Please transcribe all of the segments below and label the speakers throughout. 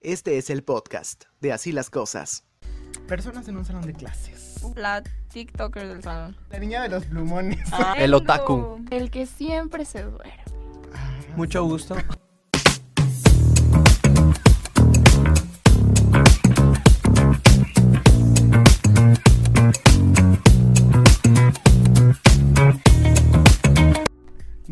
Speaker 1: Este es el podcast de Así las Cosas.
Speaker 2: Personas en un salón de clases.
Speaker 3: La TikToker del salón.
Speaker 2: La niña de los plumones.
Speaker 4: El otaku.
Speaker 5: Ah. El que siempre se duerme.
Speaker 4: Mucho gusto.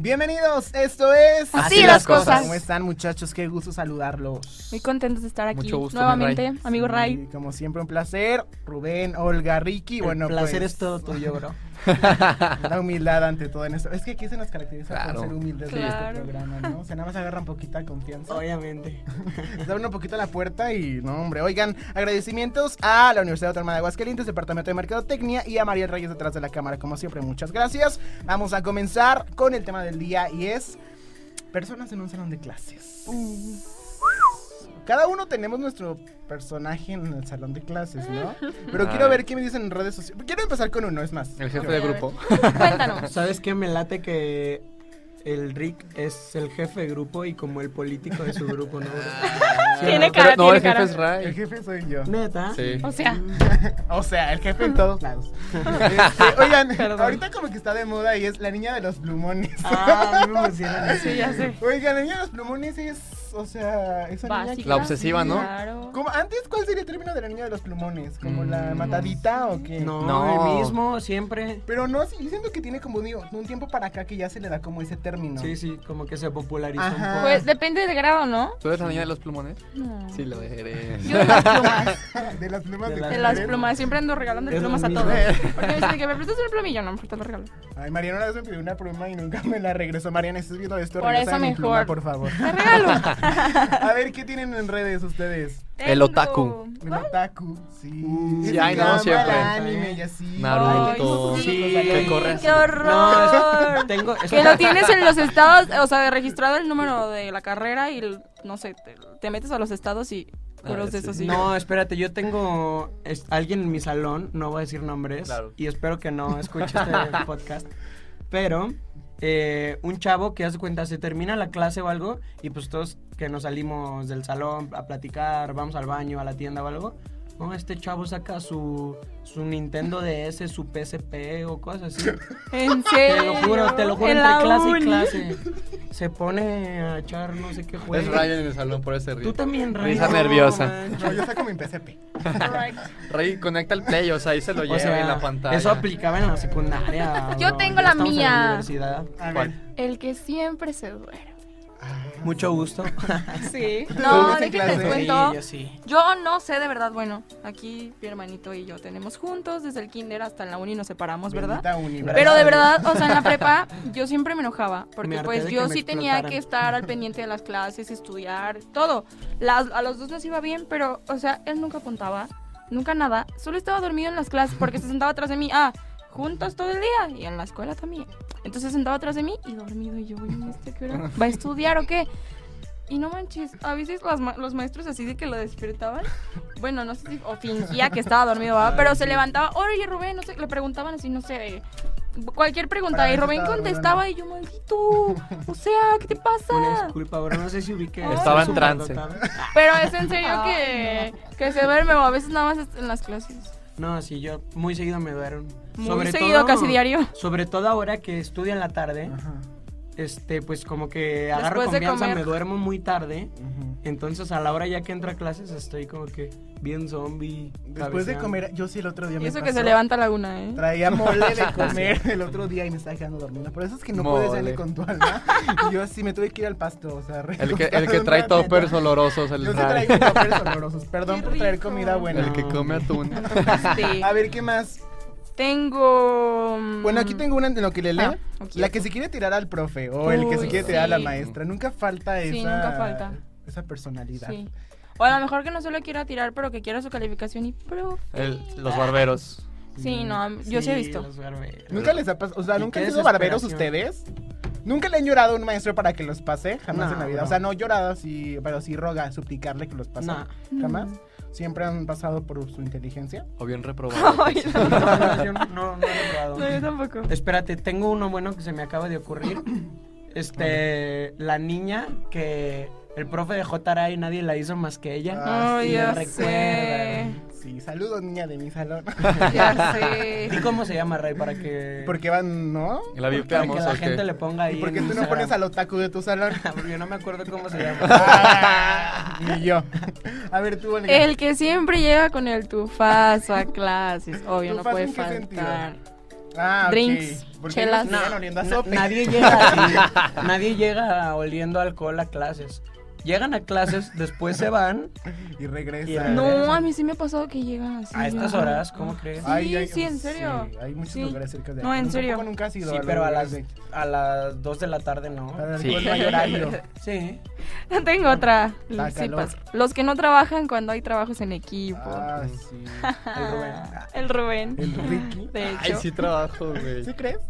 Speaker 2: Bienvenidos, esto es...
Speaker 5: Así Así las las cosas. cosas.
Speaker 2: ¿Cómo están muchachos? Qué gusto saludarlos.
Speaker 5: Muy contentos de estar aquí
Speaker 4: Mucho gusto,
Speaker 5: nuevamente,
Speaker 4: mi Ray.
Speaker 5: amigo Ray.
Speaker 2: Y como siempre, un placer. Rubén, Olga, Ricky. bueno,
Speaker 4: el placer
Speaker 2: pues,
Speaker 4: es todo tuyo, bro.
Speaker 2: La humildad ante todo en esto. Es que aquí se nos caracteriza
Speaker 4: Claro.
Speaker 2: por ser humildes en
Speaker 5: Claro.
Speaker 2: este programa, ¿no? O sea, nada más agarran poquita confianza.
Speaker 6: Obviamente.
Speaker 2: Les abren un poquito la puerta y, no, hombre. Oigan, agradecimientos a la Universidad Autónoma de Aguascalientes, Departamento de Mercadotecnia y a María Reyes detrás de la cámara. Como siempre, muchas gracias. Vamos a comenzar con el tema del día y es personas en un salón de clases. Cada uno tenemos nuestro personaje en el salón de clases, ¿no? Pero
Speaker 4: Ah.
Speaker 2: quiero ver qué me dicen en redes sociales. Quiero empezar con uno, es más.
Speaker 4: El jefe
Speaker 2: Yo.
Speaker 4: de grupo.
Speaker 5: Cuéntanos.
Speaker 6: ¿Sabes qué? Me late que el Rick es el jefe de grupo y como el político de su grupo, ¿no? Sí,
Speaker 5: Tiene
Speaker 6: ¿no?
Speaker 5: cara,
Speaker 4: no,
Speaker 5: tiene
Speaker 4: el jefe
Speaker 5: cara.
Speaker 4: es
Speaker 2: El
Speaker 4: Ray.
Speaker 2: jefe soy yo.
Speaker 6: Neta.
Speaker 4: Sí.
Speaker 5: O sea,
Speaker 2: O sea, el jefe en todos lados. Este, oigan,
Speaker 5: Perdón.
Speaker 2: ahorita como que está de moda y es la niña de los plumones.
Speaker 6: Ah, a mí me emociona eso.
Speaker 5: sí, ya sé.
Speaker 2: Oigan, la niña de los plumones es, o sea, esa niña que-
Speaker 5: Básica,
Speaker 4: La obsesiva, ¿no?
Speaker 5: Claro.
Speaker 2: ¿Cómo? Antes, ¿cuál sería el término de la niña de los plumones? ¿Como la
Speaker 4: Mm.
Speaker 2: matadita o qué?
Speaker 6: No,
Speaker 4: No.
Speaker 6: el mismo, siempre.
Speaker 2: Pero no, sí, yo siento que tiene como digo, un tiempo para acá que ya se le da como ese término.
Speaker 6: Sí, sí, como que se popularizó
Speaker 2: Ajá.
Speaker 6: un poco.
Speaker 5: Pues depende del grado, ¿no?
Speaker 4: ¿Tú eres la niña de los plumones?
Speaker 5: No.
Speaker 4: Sí, lo eres.
Speaker 5: Yo de las plumas.
Speaker 2: De las plumas
Speaker 6: De
Speaker 2: de,
Speaker 6: las-
Speaker 5: De las
Speaker 2: colores.
Speaker 5: plumas. Siempre ando regalando
Speaker 6: Es lo
Speaker 5: plumas a
Speaker 6: mismo.
Speaker 5: todos. Porque me dicen de que me prestas una plumilla, no, mejor te lo regalo.
Speaker 2: Ay, Mariana una vez me pidió una pluma y nunca me la regresó. Mariana, estás viendo esto,
Speaker 5: Por
Speaker 2: Regrésame
Speaker 5: eso
Speaker 2: mi pluma,
Speaker 5: mejor.
Speaker 2: por favor.
Speaker 5: Te regalo.
Speaker 2: A ver, ¿qué tienen en redes ustedes?
Speaker 4: El otaku.
Speaker 2: El otaku, sí.
Speaker 6: Mm,
Speaker 4: ya,
Speaker 2: Sí,
Speaker 4: no,
Speaker 2: drama,
Speaker 4: siempre.
Speaker 2: anime y así.
Speaker 4: Naruto.
Speaker 5: Ay,
Speaker 6: sí.
Speaker 4: Que corres.
Speaker 5: ¡Qué horror!
Speaker 6: No, es- tengo. es-
Speaker 5: Que lo tienes en los estados, o sea, de registrado el número de la carrera y, el- no sé, te, te metes a los estados y puros de
Speaker 4: Ah, sí.
Speaker 5: esos. sí.
Speaker 6: No, espérate, yo tengo es- alguien en mi salón, no voy a decir nombres,
Speaker 4: Claro.
Speaker 6: y espero que no escuche este podcast, pero eh, un chavo que hace cuenta, se termina la clase o algo, y pues todos que nos salimos del salón a platicar, vamos al baño, a la tienda o algo, no, este chavo saca su, su Nintendo DS, su PSP o cosas así.
Speaker 5: En
Speaker 6: Te
Speaker 5: serio.
Speaker 6: lo juro, te lo juro,
Speaker 5: En
Speaker 6: entre
Speaker 5: la
Speaker 6: clase y
Speaker 5: uni.
Speaker 6: clase. Se pone a echar no sé qué juego.
Speaker 4: Es Ray en el salón, por ese
Speaker 6: Tú
Speaker 4: río.
Speaker 6: también, Ray.
Speaker 4: Risa
Speaker 6: No,
Speaker 4: nerviosa.
Speaker 6: manches.
Speaker 2: No, yo saco mi PCP.
Speaker 4: Ray conecta el play, o sea, ahí se lo lleva en la pantalla.
Speaker 6: Eso aplicaba en la secundaria.
Speaker 5: Yo
Speaker 6: bro.
Speaker 5: tengo
Speaker 6: Ya
Speaker 5: la
Speaker 6: estamos en
Speaker 5: mía.
Speaker 6: universidad.
Speaker 2: A
Speaker 4: ¿Cuál?
Speaker 2: ver.
Speaker 5: El que siempre se duerme.
Speaker 6: Mucho gusto.
Speaker 5: Sí.
Speaker 2: duermes
Speaker 5: No,
Speaker 2: en
Speaker 5: déjenles
Speaker 2: clase?
Speaker 5: cuento.
Speaker 6: Sí, yo sí.
Speaker 5: Yo no sé, de verdad, bueno, aquí mi hermanito y yo tenemos juntos, desde el kinder hasta la uni nos separamos, ¿verdad?
Speaker 2: Bendita uni,
Speaker 5: Pero de verdad, o sea, en la prepa yo siempre me enojaba,
Speaker 6: Me
Speaker 5: porque
Speaker 6: harté
Speaker 5: pues
Speaker 6: de
Speaker 5: yo
Speaker 6: que me
Speaker 5: sí tenía
Speaker 6: explotaran.
Speaker 5: que estar al pendiente de las clases, estudiar, todo. Las- a los dos nos iba bien, pero, o sea, él nunca apuntaba, nunca nada, solo estaba dormido en las clases porque se sentaba atrás de mí, ah, juntos todo el día y en la escuela también. Entonces se sentaba atrás de mí y dormido y yo, "Uy, ¿este qué hora ¿Va a estudiar o qué? Y no manches, a veces las ma- los maestros así de que lo despertaban. Bueno, no sé si o fingía que estaba dormido,
Speaker 2: Ah,
Speaker 5: ¿verdad? pero se levantaba. Oye, Rubén, no sé, le preguntaban así, no sé, eh, cualquier
Speaker 2: Para
Speaker 5: pregunta. Y
Speaker 2: ver si
Speaker 5: Rubén
Speaker 2: estaba dormido o
Speaker 5: contestaba y yo, maldito, o sea, ¿qué te
Speaker 6: Una
Speaker 5: pasa?
Speaker 6: disculpa, bro. No sé si ubiqué.
Speaker 5: Ay.
Speaker 4: Estaba en
Speaker 6: Soy
Speaker 4: trance.
Speaker 6: superdotado.
Speaker 5: Pero es en serio que, que se duerme o a veces nada más en las clases.
Speaker 6: No, sí, yo muy seguido me duermo.
Speaker 5: Muy seguido, casi diario.
Speaker 6: Sobre todo ahora que estudio en la tarde,
Speaker 2: Ajá.
Speaker 6: este, pues como que agarro
Speaker 5: Después de
Speaker 6: confianza,
Speaker 5: comer.
Speaker 6: me duermo muy tarde.
Speaker 2: Ujú.
Speaker 6: Entonces a la hora ya que entra a clases estoy como que bien zombie.
Speaker 2: Después de
Speaker 6: cabeceando.
Speaker 2: comer, yo sí el otro día
Speaker 5: Y
Speaker 2: me
Speaker 5: eso que
Speaker 2: pasó.
Speaker 5: se levanta a la una, ¿eh?
Speaker 2: Traía mole de comer el otro día y me estaba quedando dormida. Por eso es que no puedes
Speaker 4: Mole.
Speaker 2: darle con tu alma. Y yo sí me tuve que ir al pasto. O sea,
Speaker 4: El que,
Speaker 2: recostado
Speaker 4: el que
Speaker 2: un
Speaker 4: trae
Speaker 2: ratito.
Speaker 4: toppers olorosos, el
Speaker 2: Yo sí
Speaker 4: Ray.
Speaker 2: traigo toppers olorosos. Perdón
Speaker 5: Qué
Speaker 2: por traer
Speaker 5: rico.
Speaker 2: comida buena.
Speaker 4: El que come atún.
Speaker 5: Sí.
Speaker 2: A ver, ¿qué más?
Speaker 5: Tengo. mm,
Speaker 2: Bueno, aquí tengo una en lo que le leo.
Speaker 5: Ah, ok.
Speaker 2: La que se quiere tirar al profe o el que se
Speaker 5: Uy,
Speaker 2: quiere tirar a la
Speaker 5: sí.
Speaker 2: maestra. Nunca falta esa.
Speaker 5: Sí, nunca falta.
Speaker 2: Esa personalidad.
Speaker 5: Sí. O a lo mejor que no se lo quiera tirar, pero que quiera su calificación y profe.
Speaker 4: El- los barberos.
Speaker 5: Sí, no, a mí- yo sí he visto.
Speaker 6: Mm, los barberos.
Speaker 2: Nunca les ha pasado. O sea,
Speaker 6: Y
Speaker 2: ¿nunca
Speaker 6: qué
Speaker 2: han sido barberos
Speaker 6: desesperación.
Speaker 2: ustedes? ¿Nunca le han llorado a un maestro para que los pase? Jamás
Speaker 6: No,
Speaker 2: en la vida. O
Speaker 6: no.
Speaker 2: sea, no llorado, sí, pero sí roga, suplicarle que los pase.
Speaker 6: No.
Speaker 2: Jamás. Siempre han pasado por su inteligencia.
Speaker 4: O bien reprobados.
Speaker 5: Ay, no,
Speaker 6: No, no, yo no, no, no he probado.
Speaker 5: no, yo tampoco.
Speaker 6: Espérate, tengo uno bueno que se me acaba de ocurrir. Este, la niña que El profe de J.R.I. nadie la hizo más que ella.
Speaker 2: Ah,
Speaker 5: No,
Speaker 2: sí,
Speaker 5: ya
Speaker 6: me
Speaker 5: sé.
Speaker 2: Sí, saludos, niña de mi salón.
Speaker 5: Ya
Speaker 6: ¿Y
Speaker 5: sé.
Speaker 6: cómo se llama, Ray? Para que,
Speaker 2: Porque van, ¿no?
Speaker 4: La
Speaker 6: para que
Speaker 4: vipeamos,
Speaker 6: la
Speaker 4: ¿o qué?
Speaker 6: gente le ponga ahí.
Speaker 2: ¿Y por qué
Speaker 6: en
Speaker 2: tú no pones
Speaker 6: Instagram.
Speaker 2: al otaku de tu salón?
Speaker 6: Porque yo no me acuerdo cómo se llama.
Speaker 2: Ah, Ni yo. A ver, tú, Olga.
Speaker 5: El que siempre llega con el tufazo a clases. Obvio, no
Speaker 2: ¿Tufazo
Speaker 5: puede
Speaker 2: en qué sentido?
Speaker 5: faltar.
Speaker 2: Ah, ok.
Speaker 5: drinks,
Speaker 2: ¿Por qué
Speaker 5: chelas.
Speaker 2: nos siguen
Speaker 5: No,
Speaker 2: oliendo a
Speaker 6: Na-
Speaker 2: sope?
Speaker 6: nadie llega así. nadie llega oliendo alcohol a clases. Llegan a clases, después se van
Speaker 2: Y regresa.
Speaker 6: Y regresa.
Speaker 5: No, a mí sí me ha pasado que llegan así.
Speaker 6: a estas horas, ¿cómo crees?
Speaker 5: Ah, Sí, sí, en serio.
Speaker 2: hay muchos
Speaker 5: Sí.
Speaker 2: lugares cerca de
Speaker 5: No,
Speaker 2: aquí.
Speaker 5: en
Speaker 2: Nunca-
Speaker 5: serio.
Speaker 2: poco Nunca has ido
Speaker 6: Sí,
Speaker 2: a los
Speaker 6: pero a
Speaker 2: lugares
Speaker 6: las,
Speaker 2: de-
Speaker 6: a las 2 de la tarde no.
Speaker 2: Para el
Speaker 4: Sí.
Speaker 2: alcohol no hay horario.
Speaker 6: Sí.
Speaker 5: Tengo otra.
Speaker 2: Da
Speaker 5: Sí
Speaker 2: calor.
Speaker 5: pasa. Los que no trabajan cuando hay trabajos en equipo. Ah,
Speaker 2: Ah, sí.
Speaker 6: el Rubén.
Speaker 5: El Rubén.
Speaker 2: El Ricky.
Speaker 5: De hecho.
Speaker 4: Ay, sí trabajo, güey.
Speaker 2: ¿Sí crees?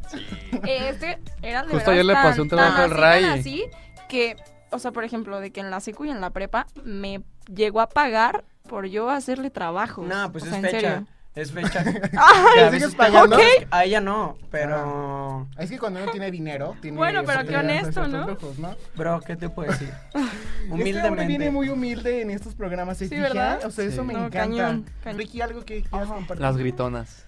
Speaker 5: Eh, Este era de
Speaker 4: Justo
Speaker 5: verdad
Speaker 4: ayer le
Speaker 5: tan-
Speaker 4: pasé un
Speaker 5: tan
Speaker 4: trabajo al
Speaker 5: así, tan
Speaker 4: Ray.
Speaker 5: así que, o sea, por ejemplo, de que en la secu y en la prepa me llegó a pagar por yo hacerle trabajo.
Speaker 6: No, pues
Speaker 5: o sea,
Speaker 6: es
Speaker 5: en
Speaker 6: fecha.
Speaker 5: serio. ¿Eh?
Speaker 6: Es fecha.
Speaker 5: Ay,
Speaker 6: Que a
Speaker 2: ¿sigues
Speaker 6: veces te
Speaker 2: pagando?
Speaker 6: llaman- A ella no, pero.
Speaker 5: Ah.
Speaker 2: Es que cuando uno tiene dinero, tiene
Speaker 5: Bueno, pero qué
Speaker 2: oportunidades de
Speaker 5: honesto,
Speaker 2: ciertos
Speaker 5: ¿no?
Speaker 2: lujos, ¿no?
Speaker 6: Bro, ¿qué te puedo decir?
Speaker 2: Humildemente. Este hombre viene
Speaker 6: Humildemente.
Speaker 2: muy humilde en estos programas, ¿se
Speaker 5: Sí,
Speaker 2: fijan?
Speaker 5: ¿verdad?
Speaker 2: O sea, eso
Speaker 4: Sí.
Speaker 2: me
Speaker 5: No,
Speaker 2: encanta.
Speaker 5: cañón, cañón.
Speaker 2: Ricky, algo que quieras compartir.
Speaker 4: Las gritonas.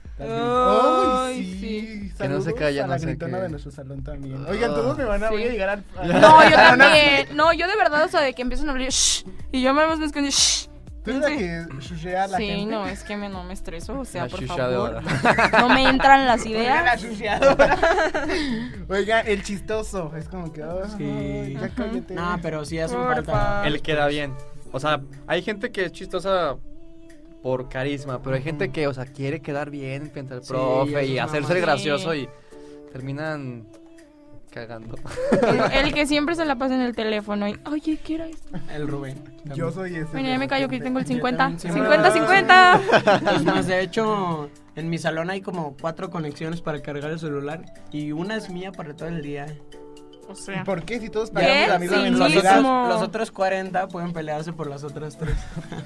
Speaker 2: Ay,
Speaker 5: Ay,
Speaker 2: sí.
Speaker 4: Que no se
Speaker 2: Saludos
Speaker 4: calla,
Speaker 2: a la
Speaker 4: no sé
Speaker 2: gritona
Speaker 4: qué.
Speaker 2: de nuestro salón también.
Speaker 4: Ah,
Speaker 2: Oigan, todos me van a,
Speaker 5: sí.
Speaker 2: voy a llegar al...
Speaker 5: No, yo también. No, yo de verdad, o sea, de que empiezan a hablar shh, y yo más me escondí shh.
Speaker 2: Tú eres la que chuchea a la
Speaker 5: sí,
Speaker 2: gente.
Speaker 5: no, es que me- no me estreso, o sea,
Speaker 4: La
Speaker 5: por
Speaker 4: chuchadora.
Speaker 5: favor. No me entran las
Speaker 2: Oiga, la
Speaker 5: ideas.
Speaker 2: chucheadora. Oiga, el chistoso. Es como que. ah,
Speaker 6: Sí.
Speaker 2: Ya cállate.
Speaker 6: No, pero sí hacen
Speaker 5: Porfa.
Speaker 6: falta.
Speaker 4: Él queda bien. O sea, hay gente que es chistosa por carisma, pero hay gente que, o sea, quiere quedar bien frente al
Speaker 6: Mm. Sí,
Speaker 4: profe
Speaker 6: eso
Speaker 4: y
Speaker 6: es
Speaker 4: hacerse el
Speaker 5: mamá.
Speaker 4: gracioso y terminan cagando.
Speaker 5: El que siempre se la pasa en el teléfono y, oye, ¿qué era esto?
Speaker 6: El Rubén.
Speaker 2: Yo soy ese.
Speaker 5: Bueno, ya me callo que tengo el
Speaker 6: Yo
Speaker 5: 50.
Speaker 6: también sí me-
Speaker 5: 50, 50.
Speaker 6: Es más, de hecho, en mi salón hay como cuatro conexiones para cargar el celular y una es mía para todo el día.
Speaker 5: O
Speaker 2: ¿Y
Speaker 5: sea.
Speaker 2: por qué si todos
Speaker 5: ¿Qué?
Speaker 2: pagamos la misma
Speaker 5: Sí,
Speaker 6: Los
Speaker 5: mismo.
Speaker 2: mensualidad?
Speaker 6: otros, los otros 40 pueden pelearse por las otras tres.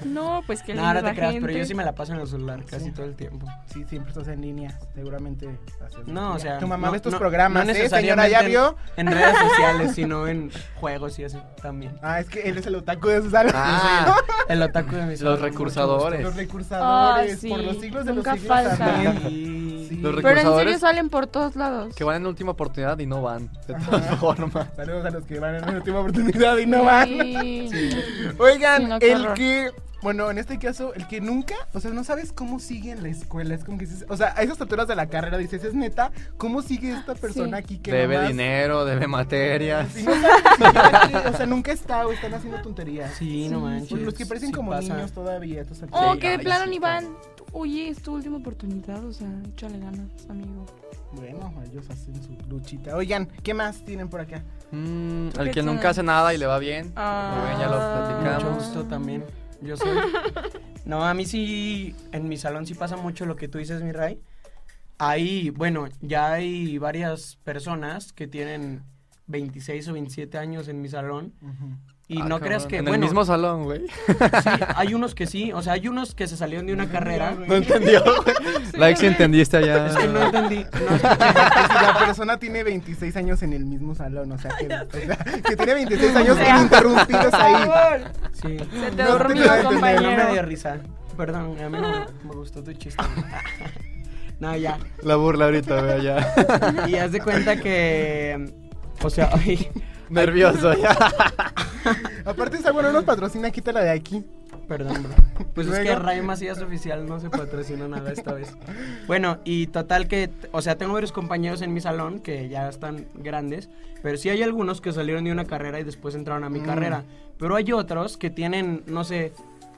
Speaker 5: No, pues que
Speaker 6: No,
Speaker 5: linda
Speaker 6: ahora te
Speaker 5: la
Speaker 6: creas,
Speaker 5: gente.
Speaker 6: pero yo sí me la paso en el celular casi
Speaker 2: Sí.
Speaker 6: todo el tiempo.
Speaker 2: Sí, siempre estás en línea. Seguramente. haces-
Speaker 6: No, o sea.
Speaker 2: Tu mamá
Speaker 6: no-
Speaker 2: ve estos
Speaker 6: no-
Speaker 2: programas,
Speaker 6: no
Speaker 2: ¿eh? Señora, ¿ya
Speaker 6: necesariamente
Speaker 2: vio?
Speaker 6: En, en redes sociales, sino en juegos y así también.
Speaker 2: Ah, es que él es el otaku de su salón.
Speaker 4: Ah,
Speaker 6: El ataque de mis
Speaker 4: los
Speaker 6: amigos,
Speaker 4: recursadores.
Speaker 2: Los recursadores.
Speaker 5: Ah, sí.
Speaker 2: Por los siglos de
Speaker 5: Nunca
Speaker 2: los siglos.
Speaker 5: falta.
Speaker 6: mucho
Speaker 2: amén.
Speaker 6: gusto. Sí.
Speaker 2: Sí.
Speaker 4: Pues Los
Speaker 5: Pero en serio
Speaker 4: Recursadores.
Speaker 5: salen por todos lados.
Speaker 4: Que van en última oportunidad y no van, de todas formas.
Speaker 2: Saludos a los que van en la última oportunidad y no van.
Speaker 5: Sí.
Speaker 2: Oigan,
Speaker 5: Sí, no, qué
Speaker 2: el
Speaker 5: horror.
Speaker 2: que, bueno, en este caso, el que nunca, o sea, no sabes cómo sigue en la escuela, es como que dices, o sea, a esas alturas de la carrera dices, es neta, ¿cómo sigue esta persona aquí que
Speaker 4: Debe
Speaker 2: nomás-
Speaker 4: dinero, debe materias.
Speaker 2: Sí, no sabes, o sea, nunca está o están haciendo tonterías.
Speaker 6: Sí, no manches.
Speaker 2: Los que parecen
Speaker 6: sí
Speaker 2: como
Speaker 6: pasa.
Speaker 2: niños todavía, ah, estos
Speaker 5: Oh,
Speaker 2: alturas.
Speaker 5: que de
Speaker 4: ay,
Speaker 5: plano
Speaker 4: sí,
Speaker 5: ni van. Oye, es tu última oportunidad, o sea, échale ganas, amigo.
Speaker 2: Bueno, ellos hacen su luchita. Oigan, ¿qué más tienen por acá?
Speaker 4: Mm,
Speaker 5: ¿Tú
Speaker 4: al
Speaker 5: qué
Speaker 4: que nunca
Speaker 5: tienes?
Speaker 4: hace nada y le va bien.
Speaker 5: Ah.
Speaker 4: Rubén, ya lo
Speaker 6: Mucho
Speaker 4: platicamos.
Speaker 6: gusto también. Yo soy. No, a mí sí, en mi salón sí pasa mucho lo que tú dices, mi Ray. Ahí, bueno, ya hay varias personas que tienen 26 o 27 años en mi salón.
Speaker 4: Ah,
Speaker 6: Y no
Speaker 4: cabrón.
Speaker 6: creas que,
Speaker 4: En el
Speaker 6: bueno,
Speaker 4: mismo salón, güey.
Speaker 6: sí, hay unos que sí. O sea, hay unos que se salieron de una carrera.
Speaker 4: No entendió. Like si entendiste allá.
Speaker 6: Es que no entendí. no escuché.
Speaker 2: Si la persona tiene 26 años en el mismo salón, o sea, que, o sea, que tiene 26 años
Speaker 5: O sea.
Speaker 2: ininterrumpidos ahí.
Speaker 5: Se
Speaker 6: Sí.
Speaker 5: te
Speaker 2: No te
Speaker 5: dormió,
Speaker 2: quedes, no me
Speaker 6: No me dio
Speaker 5: compañero.
Speaker 6: risa. Perdón, a mí no me gustó tu chiste. No, ya.
Speaker 4: La burla ahorita, güey, allá.
Speaker 6: Y haz de cuenta que. O sea, ay,
Speaker 4: Nervioso ya.
Speaker 2: Aparte, esa bueno, nos patrocina, quítala de aquí.
Speaker 6: perdón, bro. Pues es que
Speaker 2: Luego.
Speaker 6: Ray Macías Oficial no se patrocina nada esta vez. Bueno, y total que. t- O sea, tengo varios compañeros en mi salón que ya están grandes. Pero sí hay algunos que salieron de una carrera y después entraron a mi
Speaker 2: Mm.
Speaker 6: carrera. Pero hay otros que tienen, no sé,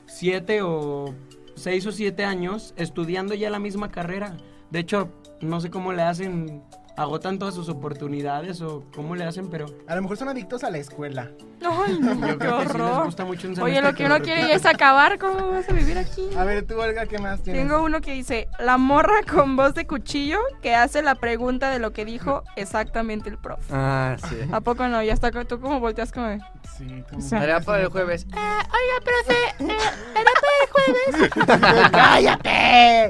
Speaker 6: siete o. seis o siete años estudiando ya la misma carrera. De hecho, no sé cómo le hacen. Agotan todas sus oportunidades o cómo le hacen, pero.
Speaker 2: A lo mejor son adictos a la escuela.
Speaker 5: Ay, no, qué
Speaker 6: Yo creo que sí les
Speaker 5: horror.
Speaker 6: gusta mucho un
Speaker 5: Oye,
Speaker 6: semestre
Speaker 5: lo que uno quiere es acabar, ¿cómo vas a vivir aquí?
Speaker 2: A ver, tú, Olga, ¿qué más tienes?
Speaker 5: Tengo uno que dice, la morra con voz de cuchillo que hace la pregunta de lo que dijo exactamente el profe.
Speaker 4: Ah, sí.
Speaker 5: ¿A poco no? Ya está, co- tú como volteas como... de,
Speaker 2: Sí, tú.
Speaker 5: O sea,
Speaker 4: Tarea para el jueves.
Speaker 2: ¡Cállate!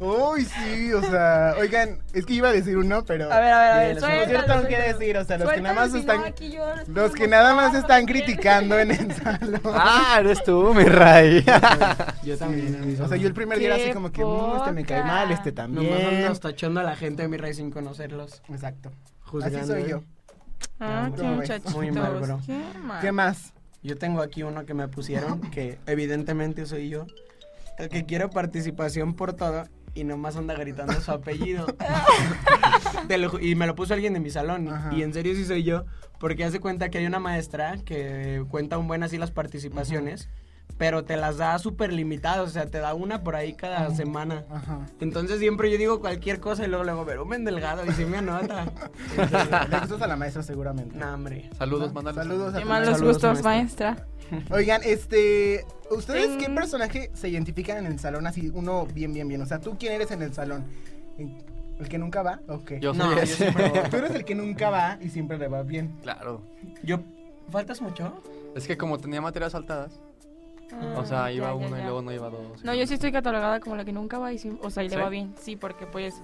Speaker 2: Uy, Uy, sí, o sea, oigan, es que iba a decir uno, pero...
Speaker 5: A ver, a ver, a ver.
Speaker 6: Bien,
Speaker 2: Yo
Speaker 5: suéltalo,
Speaker 2: tengo que
Speaker 5: suéltalo.
Speaker 2: decir, o sea, los que nada
Speaker 5: Suéltalo,
Speaker 2: más
Speaker 5: si no,
Speaker 2: están...
Speaker 5: aquí yo les
Speaker 2: Los
Speaker 5: puedo
Speaker 2: que nada más
Speaker 5: mostrar,
Speaker 2: están
Speaker 5: porque-
Speaker 2: criticando en este el salón.
Speaker 4: Ah, eres tú, mi Ray.
Speaker 6: Yo también. a mí
Speaker 2: O sea,
Speaker 6: solo.
Speaker 2: yo el primer día era así como que, "Mm, este me cae
Speaker 5: poca.
Speaker 2: mal, este
Speaker 6: Nomás
Speaker 2: también.
Speaker 6: andamos tachando a la gente de mi raíz sin conocerlos.
Speaker 2: Exacto.
Speaker 6: Juzgando,
Speaker 2: Así soy
Speaker 6: ¿eh?
Speaker 2: yo.
Speaker 5: Ah, qué
Speaker 2: ¿Cómo ves?
Speaker 5: muchachitos.
Speaker 6: Muy mal, bro.
Speaker 5: Qué mal.
Speaker 2: ¿Qué más?
Speaker 6: Yo tengo aquí uno que me pusieron, que evidentemente soy yo. El que quiere participación por todo y nomás anda gritando su apellido. Te lo ju- y me lo puso alguien de mi salón.
Speaker 2: Ajá.
Speaker 6: Y en serio sí soy yo. Porque hace cuenta que hay una maestra que cuenta un buen así las participaciones, pero te las da súper limitadas. O sea, te da una por ahí cada semana.
Speaker 2: Ajá.
Speaker 6: Entonces siempre yo digo cualquier cosa y luego le digo, pero un delgado y si me anota.
Speaker 2: Le gustas Eh, a la maestra seguramente. Ah,
Speaker 6: no, hombre.
Speaker 4: Saludos, mándale.
Speaker 2: Saludos a
Speaker 5: Qué
Speaker 2: tu
Speaker 5: malos
Speaker 6: Saludos,
Speaker 5: gustos,
Speaker 6: maestra.
Speaker 5: maestra.
Speaker 2: maestra. Oigan, este, ¿ustedes qué
Speaker 5: Ting.
Speaker 2: personaje se identifican en el salón así? Uno bien, bien, bien. O sea, ¿tú quién eres en el salón? ¿El que nunca va o qué?
Speaker 4: Yo soy
Speaker 6: No, yo
Speaker 4: ese.
Speaker 6: siempre voy.
Speaker 2: Tú eres el que nunca va y siempre le va bien.
Speaker 4: Claro.
Speaker 6: Yo, ¿faltas mucho?
Speaker 4: Es que como tenía materias saltadas, o sea,
Speaker 5: Ah,
Speaker 4: iba
Speaker 5: ya, ya,
Speaker 4: uno y
Speaker 5: ya.
Speaker 4: luego no iba dos.
Speaker 5: No, yo sí estoy catalogada como la que nunca va y sí, o sea, y le
Speaker 4: ¿Sí?
Speaker 5: va bien. Sí, porque pues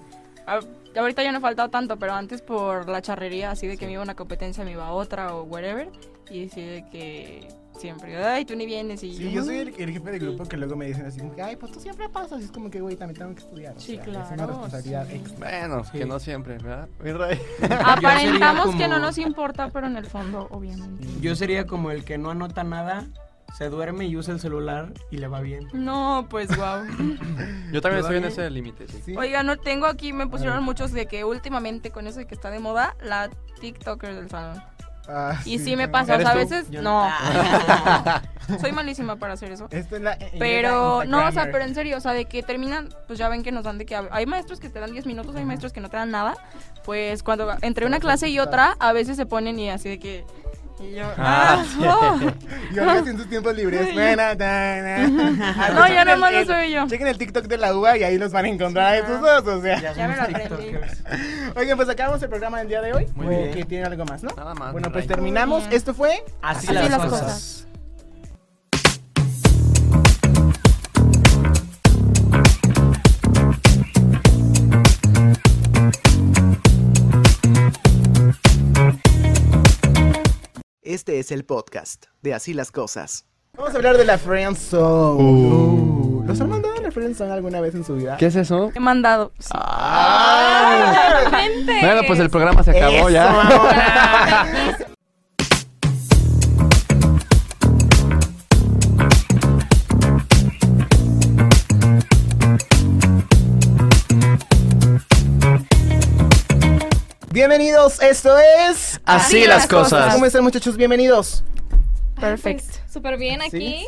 Speaker 5: a- ahorita ya no he faltado tanto, pero antes por la charrería, así de que me iba a una competencia, me iba a otra o whatever, y así de que siempre, ay, tú ni vienes y "Mm,
Speaker 2: Sí, yo soy el, el jefe de grupo que luego me dicen así, como que, ay, pues tú siempre pasas. Y es como que, güey, también tengo que estudiar. o
Speaker 5: Sí,
Speaker 2: sea, Es una
Speaker 5: claro,
Speaker 2: responsabilidad
Speaker 5: sí.
Speaker 2: extra.
Speaker 4: Bueno,
Speaker 6: Sí.
Speaker 4: que no siempre, ¿verdad? Mi Ray.
Speaker 5: aparentamos
Speaker 6: Yo sería
Speaker 5: que no
Speaker 6: como-
Speaker 5: nos importa, pero en el fondo, obviamente.
Speaker 6: Yo sería como el que no anota nada, se duerme y usa el celular y le va bien.
Speaker 5: No, pues wow.
Speaker 4: Yo también estoy en
Speaker 2: Ray.
Speaker 4: ese límite, sí.
Speaker 2: Sí.
Speaker 5: Oiga, no tengo aquí, me
Speaker 2: ver.
Speaker 5: pusieron muchos de que últimamente con eso de que está de moda, la TikToker del salón.
Speaker 2: Ah,
Speaker 5: Y sí me pasa, o
Speaker 4: ¿Eres
Speaker 5: sea, a
Speaker 4: tú?
Speaker 5: veces
Speaker 6: Yo
Speaker 5: no. Soy malísima para hacer eso.
Speaker 2: Esta es la.
Speaker 5: Pero no, o sea, pero en serio, o sea, de que terminan, pues ya ven que nos dan de que hay maestros que te dan 10 minutos, hay maestros que no te dan nada. Pues cuando entre una clase y otra, a veces se ponen y así de que y yo,
Speaker 4: Ah,
Speaker 5: ah,
Speaker 4: sí.
Speaker 5: no.
Speaker 2: Yo ahora en sus tiempos libres. Buena, na, na.
Speaker 5: No, ya
Speaker 2: Chequen
Speaker 5: nomás
Speaker 2: el-
Speaker 5: lo soy yo.
Speaker 2: Chequen el TikTok de la UBA y ahí los van a encontrar
Speaker 5: Sí,
Speaker 2: estos
Speaker 5: ah.
Speaker 2: dos, o sea.
Speaker 5: Ya me lo
Speaker 6: somos
Speaker 5: aprendí.
Speaker 6: tiktokers.
Speaker 2: Oigan, pues acabamos el programa del día de hoy.
Speaker 4: Muy
Speaker 2: Muy
Speaker 6: bien.
Speaker 2: Que tiene algo más, ¿no?
Speaker 4: Nada más.
Speaker 2: Bueno,
Speaker 4: mi
Speaker 2: pues
Speaker 4: Ray.
Speaker 2: terminamos.
Speaker 5: Muy bien.
Speaker 2: Esto fue.
Speaker 6: Así,
Speaker 5: Así
Speaker 6: las,
Speaker 5: las
Speaker 6: cosas.
Speaker 5: cosas.
Speaker 1: Este es el podcast de Así las cosas.
Speaker 2: Vamos a hablar de la Friend Zone. Uh. ¿Los han mandado a la Friend Zone alguna vez en su vida?
Speaker 4: ¿Qué es eso?
Speaker 5: He mandado. sí. Realmente.
Speaker 4: Ah. Bueno, pues el programa se acabó
Speaker 2: Eso,
Speaker 4: ya.
Speaker 2: mamona. Bienvenidos, esto es.
Speaker 4: Así las cosas.
Speaker 2: ¿Cómo están, muchachos? Bienvenidos.
Speaker 5: Perfecto.
Speaker 7: Súper bien Pues, aquí.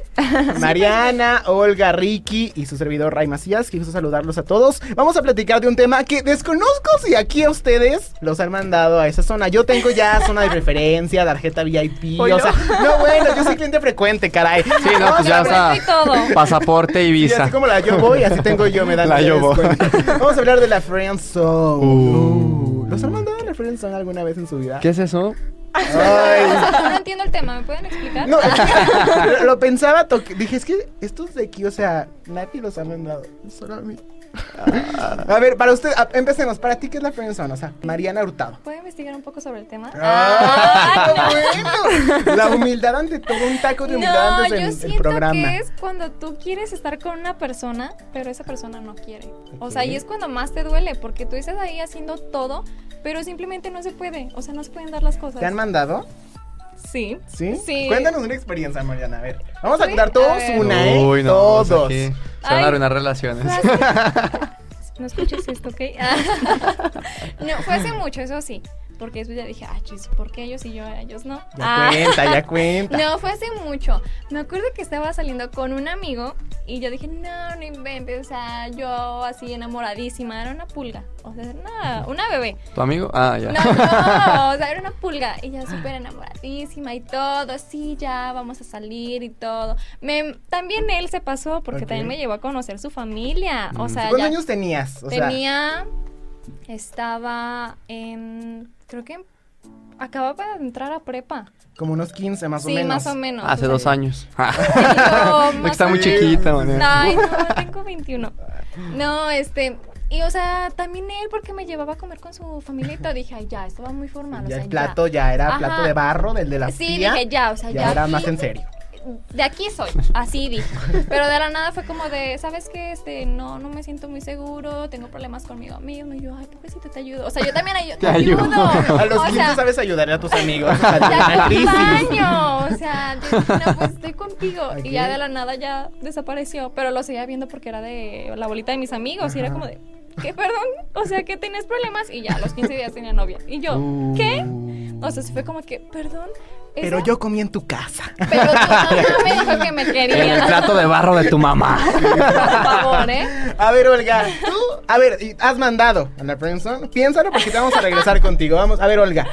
Speaker 2: Mariana, Olga, Ricky y su servidor Ray Macías. Qué gusto saludarlos a todos. Vamos a platicar de un tema que desconozco si aquí a ustedes los han mandado a esa zona. Yo tengo ya zona de preferencia, tarjeta VIP. O sea, no, bueno, yo soy cliente frecuente, caray.
Speaker 4: Sí, no, pues ya está.
Speaker 7: y todo.
Speaker 4: Pasaporte y
Speaker 2: Y
Speaker 4: visa.
Speaker 2: así como la yo voy, así tengo yo, me dan
Speaker 4: La
Speaker 2: ustedes
Speaker 4: yo voy.
Speaker 2: cuenta. Vamos a hablar de la Friend Zone.
Speaker 4: Uh.
Speaker 2: ¿Los han mandado a la Friend Zone alguna vez en su vida?
Speaker 4: ¿Qué es eso?
Speaker 7: O
Speaker 2: Ay,
Speaker 7: sea, no entiendo el tema, ¿me pueden explicar?
Speaker 2: No, es que lo, lo pensaba, toqué- dije, es que estos de aquí, o sea, nadie los ha mandado, solo a mí.
Speaker 7: Ah.
Speaker 2: A ver, para usted, a- empecemos, para ti, ¿qué es la friendzone? O sea, Mariana Hurtado.
Speaker 7: ¿Puedo investigar un poco sobre el tema?
Speaker 2: Ah,
Speaker 7: Ah,
Speaker 2: bueno! La humildad ante todo, un taco de humildad
Speaker 7: No,
Speaker 2: antes del
Speaker 7: yo
Speaker 2: el
Speaker 7: siento
Speaker 2: programa.
Speaker 7: que es cuando tú quieres estar con una persona, pero esa persona no quiere. O sea, y es cuando más te duele, porque tú estás ahí haciendo todo, pero simplemente no se puede. O sea, no se pueden dar las cosas.
Speaker 2: ¿Te han mandado?
Speaker 7: Sí.
Speaker 2: ¿Sí?
Speaker 7: Sí.
Speaker 2: Cuéntanos una experiencia, Mariana, a ver. Vamos a
Speaker 7: Sí,
Speaker 2: contar
Speaker 7: a
Speaker 2: todos
Speaker 7: ver.
Speaker 2: una, ¿eh?
Speaker 4: Uy, no, o sea,
Speaker 2: todos.
Speaker 4: aquí se van
Speaker 7: Ay.
Speaker 4: a arruinar relaciones.
Speaker 7: Fue hace- No escuches esto, ¿ok? no, fue hace mucho, eso sí. Porque después ya dije, ah, chis, ¿por qué ellos y yo, ellos no?
Speaker 2: Ya
Speaker 7: Ah.
Speaker 2: cuenta, ya cuenta.
Speaker 7: No, fue hace mucho. Me acuerdo que estaba saliendo con un amigo y yo dije, no, no inventes. O sea, yo así enamoradísima. Era una pulga. O sea, una, una bebé.
Speaker 4: ¿Tu amigo? Ah,
Speaker 7: No,
Speaker 4: ya.
Speaker 7: no, o sea, era una pulga. Y ya súper enamoradísima y todo. Sí, ya vamos a salir y todo. Me- también él se pasó porque
Speaker 2: Ok.
Speaker 7: también me llevó a conocer su familia.
Speaker 4: Mm.
Speaker 7: O sea,
Speaker 2: ¿Cuántos
Speaker 7: ya
Speaker 2: años tenías? O sea,
Speaker 7: tenía. Estaba en. Creo que. en- Acababa de entrar a prepa.
Speaker 2: como unos 15 más
Speaker 7: sí,
Speaker 2: o menos.
Speaker 7: más o menos.
Speaker 4: Hace
Speaker 7: O sea,
Speaker 4: dos años.
Speaker 7: Digo,
Speaker 4: Está
Speaker 7: más
Speaker 4: muy
Speaker 7: o menos.
Speaker 4: chiquita, man.
Speaker 7: Ay, no, tengo 21. No, este, Y, o sea, también él, porque me llevaba a comer con su familia y todo. Dije, ay, ya, estaba muy formal. o
Speaker 2: ya
Speaker 7: sea,
Speaker 2: el plato ya, era
Speaker 7: Ajá.
Speaker 2: plato de barro, del de la
Speaker 7: Sí,
Speaker 2: tía.
Speaker 7: dije, ya, o sea,
Speaker 2: ya,
Speaker 7: ya
Speaker 2: era
Speaker 7: aquí-
Speaker 2: más en serio.
Speaker 7: de aquí soy, así dije. Pero de la nada fue como de, ¿sabes qué? Este, no, no me siento muy seguro, tengo problemas conmigo mismo. Y yo, ay, pobrecito, te ayudo. O sea, yo también ayu- te, ayudo.
Speaker 2: A los
Speaker 7: o
Speaker 2: 15
Speaker 7: sea,
Speaker 2: sabes ayudar a tus amigos. a
Speaker 7: te
Speaker 2: la crisis.
Speaker 7: acompaño. O sea, yo dije, no, pues estoy contigo.
Speaker 2: Ok.
Speaker 7: Y ya de la nada ya desapareció. Pero lo seguía viendo porque era de la bolita de mis amigos. Y era
Speaker 2: Ajá.
Speaker 7: como de, ¿qué, perdón? O sea, que tenías problemas. Y ya, a los 15 días tenía novia. Y yo,
Speaker 4: Uh.
Speaker 7: ¿qué? O sea, sí fue como que, perdón.
Speaker 1: Pero
Speaker 7: ¿Esa?
Speaker 1: yo comí en tu casa.
Speaker 7: Pero tu mamá me dijo que me
Speaker 4: En el
Speaker 7: quería.
Speaker 4: plato de barro de tu mamá.
Speaker 7: Por favor, ¿eh?
Speaker 2: A ver, Olga, tú, a ver, y- has mandado a la Friendzone. Piénsalo porque te vamos a regresar contigo. Vamos, a ver, Olga.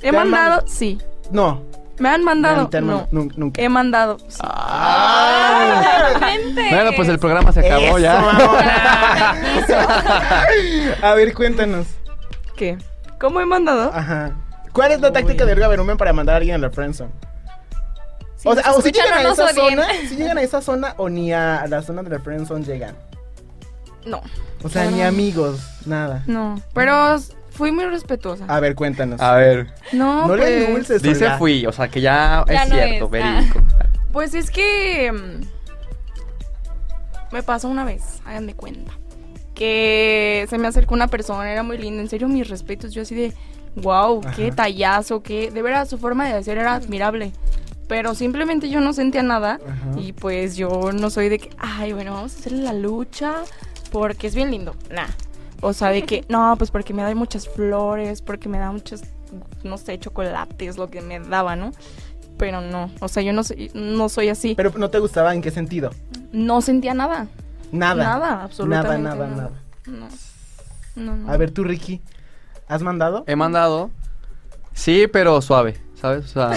Speaker 3: He
Speaker 2: Te han
Speaker 3: mandado,
Speaker 2: mandado-
Speaker 3: sí.
Speaker 2: No.
Speaker 3: Me han mandado,
Speaker 2: te han
Speaker 3: no.
Speaker 2: mandado- nun- Nunca.
Speaker 7: Eh,
Speaker 3: He mandado, sí.
Speaker 2: Ah.
Speaker 4: Bueno, pues el programa se acabó
Speaker 2: Eso,
Speaker 4: ya.
Speaker 2: mamona. a ver, cuéntanos.
Speaker 3: ¿Qué? ¿Cómo he mandado?
Speaker 2: Ajá. ¿Cuál es la táctica de Olga Berumen para mandar a alguien a la friendzone?
Speaker 7: Si
Speaker 2: o sea,
Speaker 7: nos
Speaker 2: o si
Speaker 7: escuchan,
Speaker 2: llegan a
Speaker 7: no nos
Speaker 2: esa
Speaker 7: odien.
Speaker 2: zona, si llegan a esa zona o ni a la zona de la friendzone llegan.
Speaker 3: No,
Speaker 2: O sea, ni amigos, nada.
Speaker 3: no. Pero s- fui muy respetuosa.
Speaker 2: A ver, cuéntanos.
Speaker 4: A ver,
Speaker 3: No,
Speaker 2: Ah, no le
Speaker 3: pues,
Speaker 2: endulces,
Speaker 4: dice
Speaker 2: Olga.
Speaker 4: fui, o sea que ya,
Speaker 7: Ya
Speaker 4: es
Speaker 7: no
Speaker 4: cierto,
Speaker 7: es,
Speaker 4: verídico.
Speaker 5: ah.
Speaker 3: pues es que mm, me pasó una vez, háganme cuenta, que se me acercó una persona, era muy linda, en serio mis respetos, yo así de, wow, qué tallazo, qué, de veras su forma de hacer era admirable. Pero simplemente yo no sentía nada
Speaker 2: Ajá.
Speaker 3: y pues yo no soy de que, ay, bueno, vamos a hacerle la lucha porque es bien lindo. Nah. O sea, de que, no, pues porque me da muchas flores, porque me da muchas, no sé, chocolates, lo que me daba, ¿no? Pero no, o sea, yo no soy, no soy así.
Speaker 2: Pero no te gustaba en qué sentido?
Speaker 3: No sentía nada. Nada,
Speaker 2: Nada. Nada,
Speaker 3: absolutamente.
Speaker 2: nada,
Speaker 3: nada.
Speaker 2: nada.
Speaker 3: No. No, no.
Speaker 2: A ver, tú, Ricky, ¿has mandado?
Speaker 4: He mandado. Sí, pero suave, ¿sabes? O sea,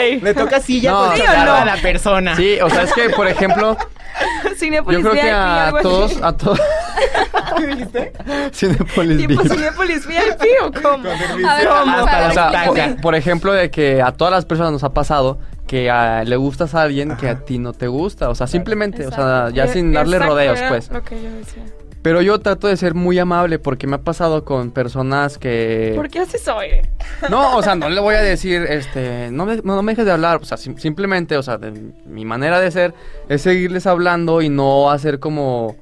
Speaker 3: Ay,
Speaker 2: Le toca silla
Speaker 4: Eh. No.
Speaker 2: con
Speaker 4: ¿Sí o
Speaker 2: chocolate
Speaker 4: no?
Speaker 2: a la persona.
Speaker 4: sí, o sea, es que por ejemplo,
Speaker 3: Cinépolis
Speaker 4: yo creo que
Speaker 3: VIP,
Speaker 4: a
Speaker 3: algo así.
Speaker 4: todos, a todos
Speaker 2: ¿Qué dijiste?
Speaker 4: Cinepolis
Speaker 3: ¿Tiempo
Speaker 4: VIP.
Speaker 3: Cinépolis VIP o cómo?
Speaker 7: A ver,
Speaker 2: Hasta
Speaker 7: vamos
Speaker 2: la
Speaker 7: a
Speaker 4: O sea,
Speaker 7: ver,
Speaker 4: por, por ejemplo, de que a todas las personas nos ha pasado que ah, le gustas a alguien que
Speaker 2: Ajá.
Speaker 4: a ti no te gusta. O sea, simplemente, o sea,
Speaker 7: Exacto.
Speaker 4: ya sin darle
Speaker 3: Exacto,
Speaker 4: rodeos,
Speaker 3: era
Speaker 4: pues.
Speaker 3: Lo que yo decía.
Speaker 4: Pero yo trato de ser muy amable porque me ha pasado con personas que...
Speaker 3: ¿Por qué así soy?
Speaker 4: No, o sea, no le voy a decir, este, no me, no, no me dejes de hablar. O sea, sim- simplemente, o sea, de mi manera de ser es seguirles hablando y no hacer como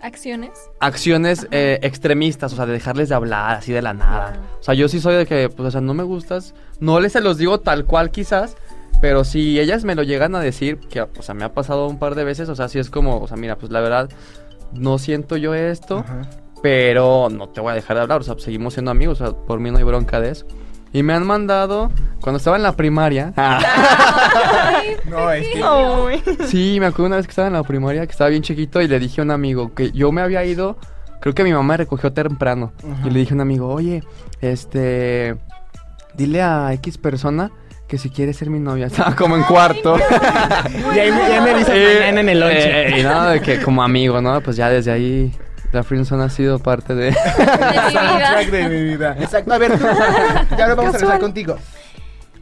Speaker 7: Acciones.
Speaker 4: acciones eh, extremistas, o sea, de dejarles de hablar así de la nada. O sea, yo sí soy de que, pues, o sea, no me gustas. No les se los digo tal cual quizás, pero si ellas me lo llegan a decir, que, o sea, me ha pasado un par de veces, o sea, sí es como, o sea, mira, pues la verdad, no siento yo esto,
Speaker 2: Ajá.
Speaker 4: pero no te voy a dejar de hablar, o sea, seguimos siendo amigos, o sea, por mí no hay bronca de eso. Y me han mandado, cuando estaba en la primaria,
Speaker 2: Ah. No, es que...
Speaker 3: No,
Speaker 4: Sí, me acuerdo una vez que estaba en la primaria, que estaba bien chiquito y le dije a un amigo que yo me había ido, creo que mi mamá me recogió temprano
Speaker 2: Ajá.
Speaker 4: y le dije a un amigo, oye, este, dile a X persona que si quiere ser mi novia, estaba como en cuarto.
Speaker 2: Y ahí me, ya me avisas
Speaker 4: Eh,
Speaker 2: mañana en el lonche.
Speaker 4: eh, y nada, de que como amigo, ¿no? Pues ya desde ahí la Friendzone ha sido parte de...
Speaker 7: De mi vida.
Speaker 2: Soundtrack de mi vida. Exacto. A ver, tú. Ya ahora vamos a regresar contigo.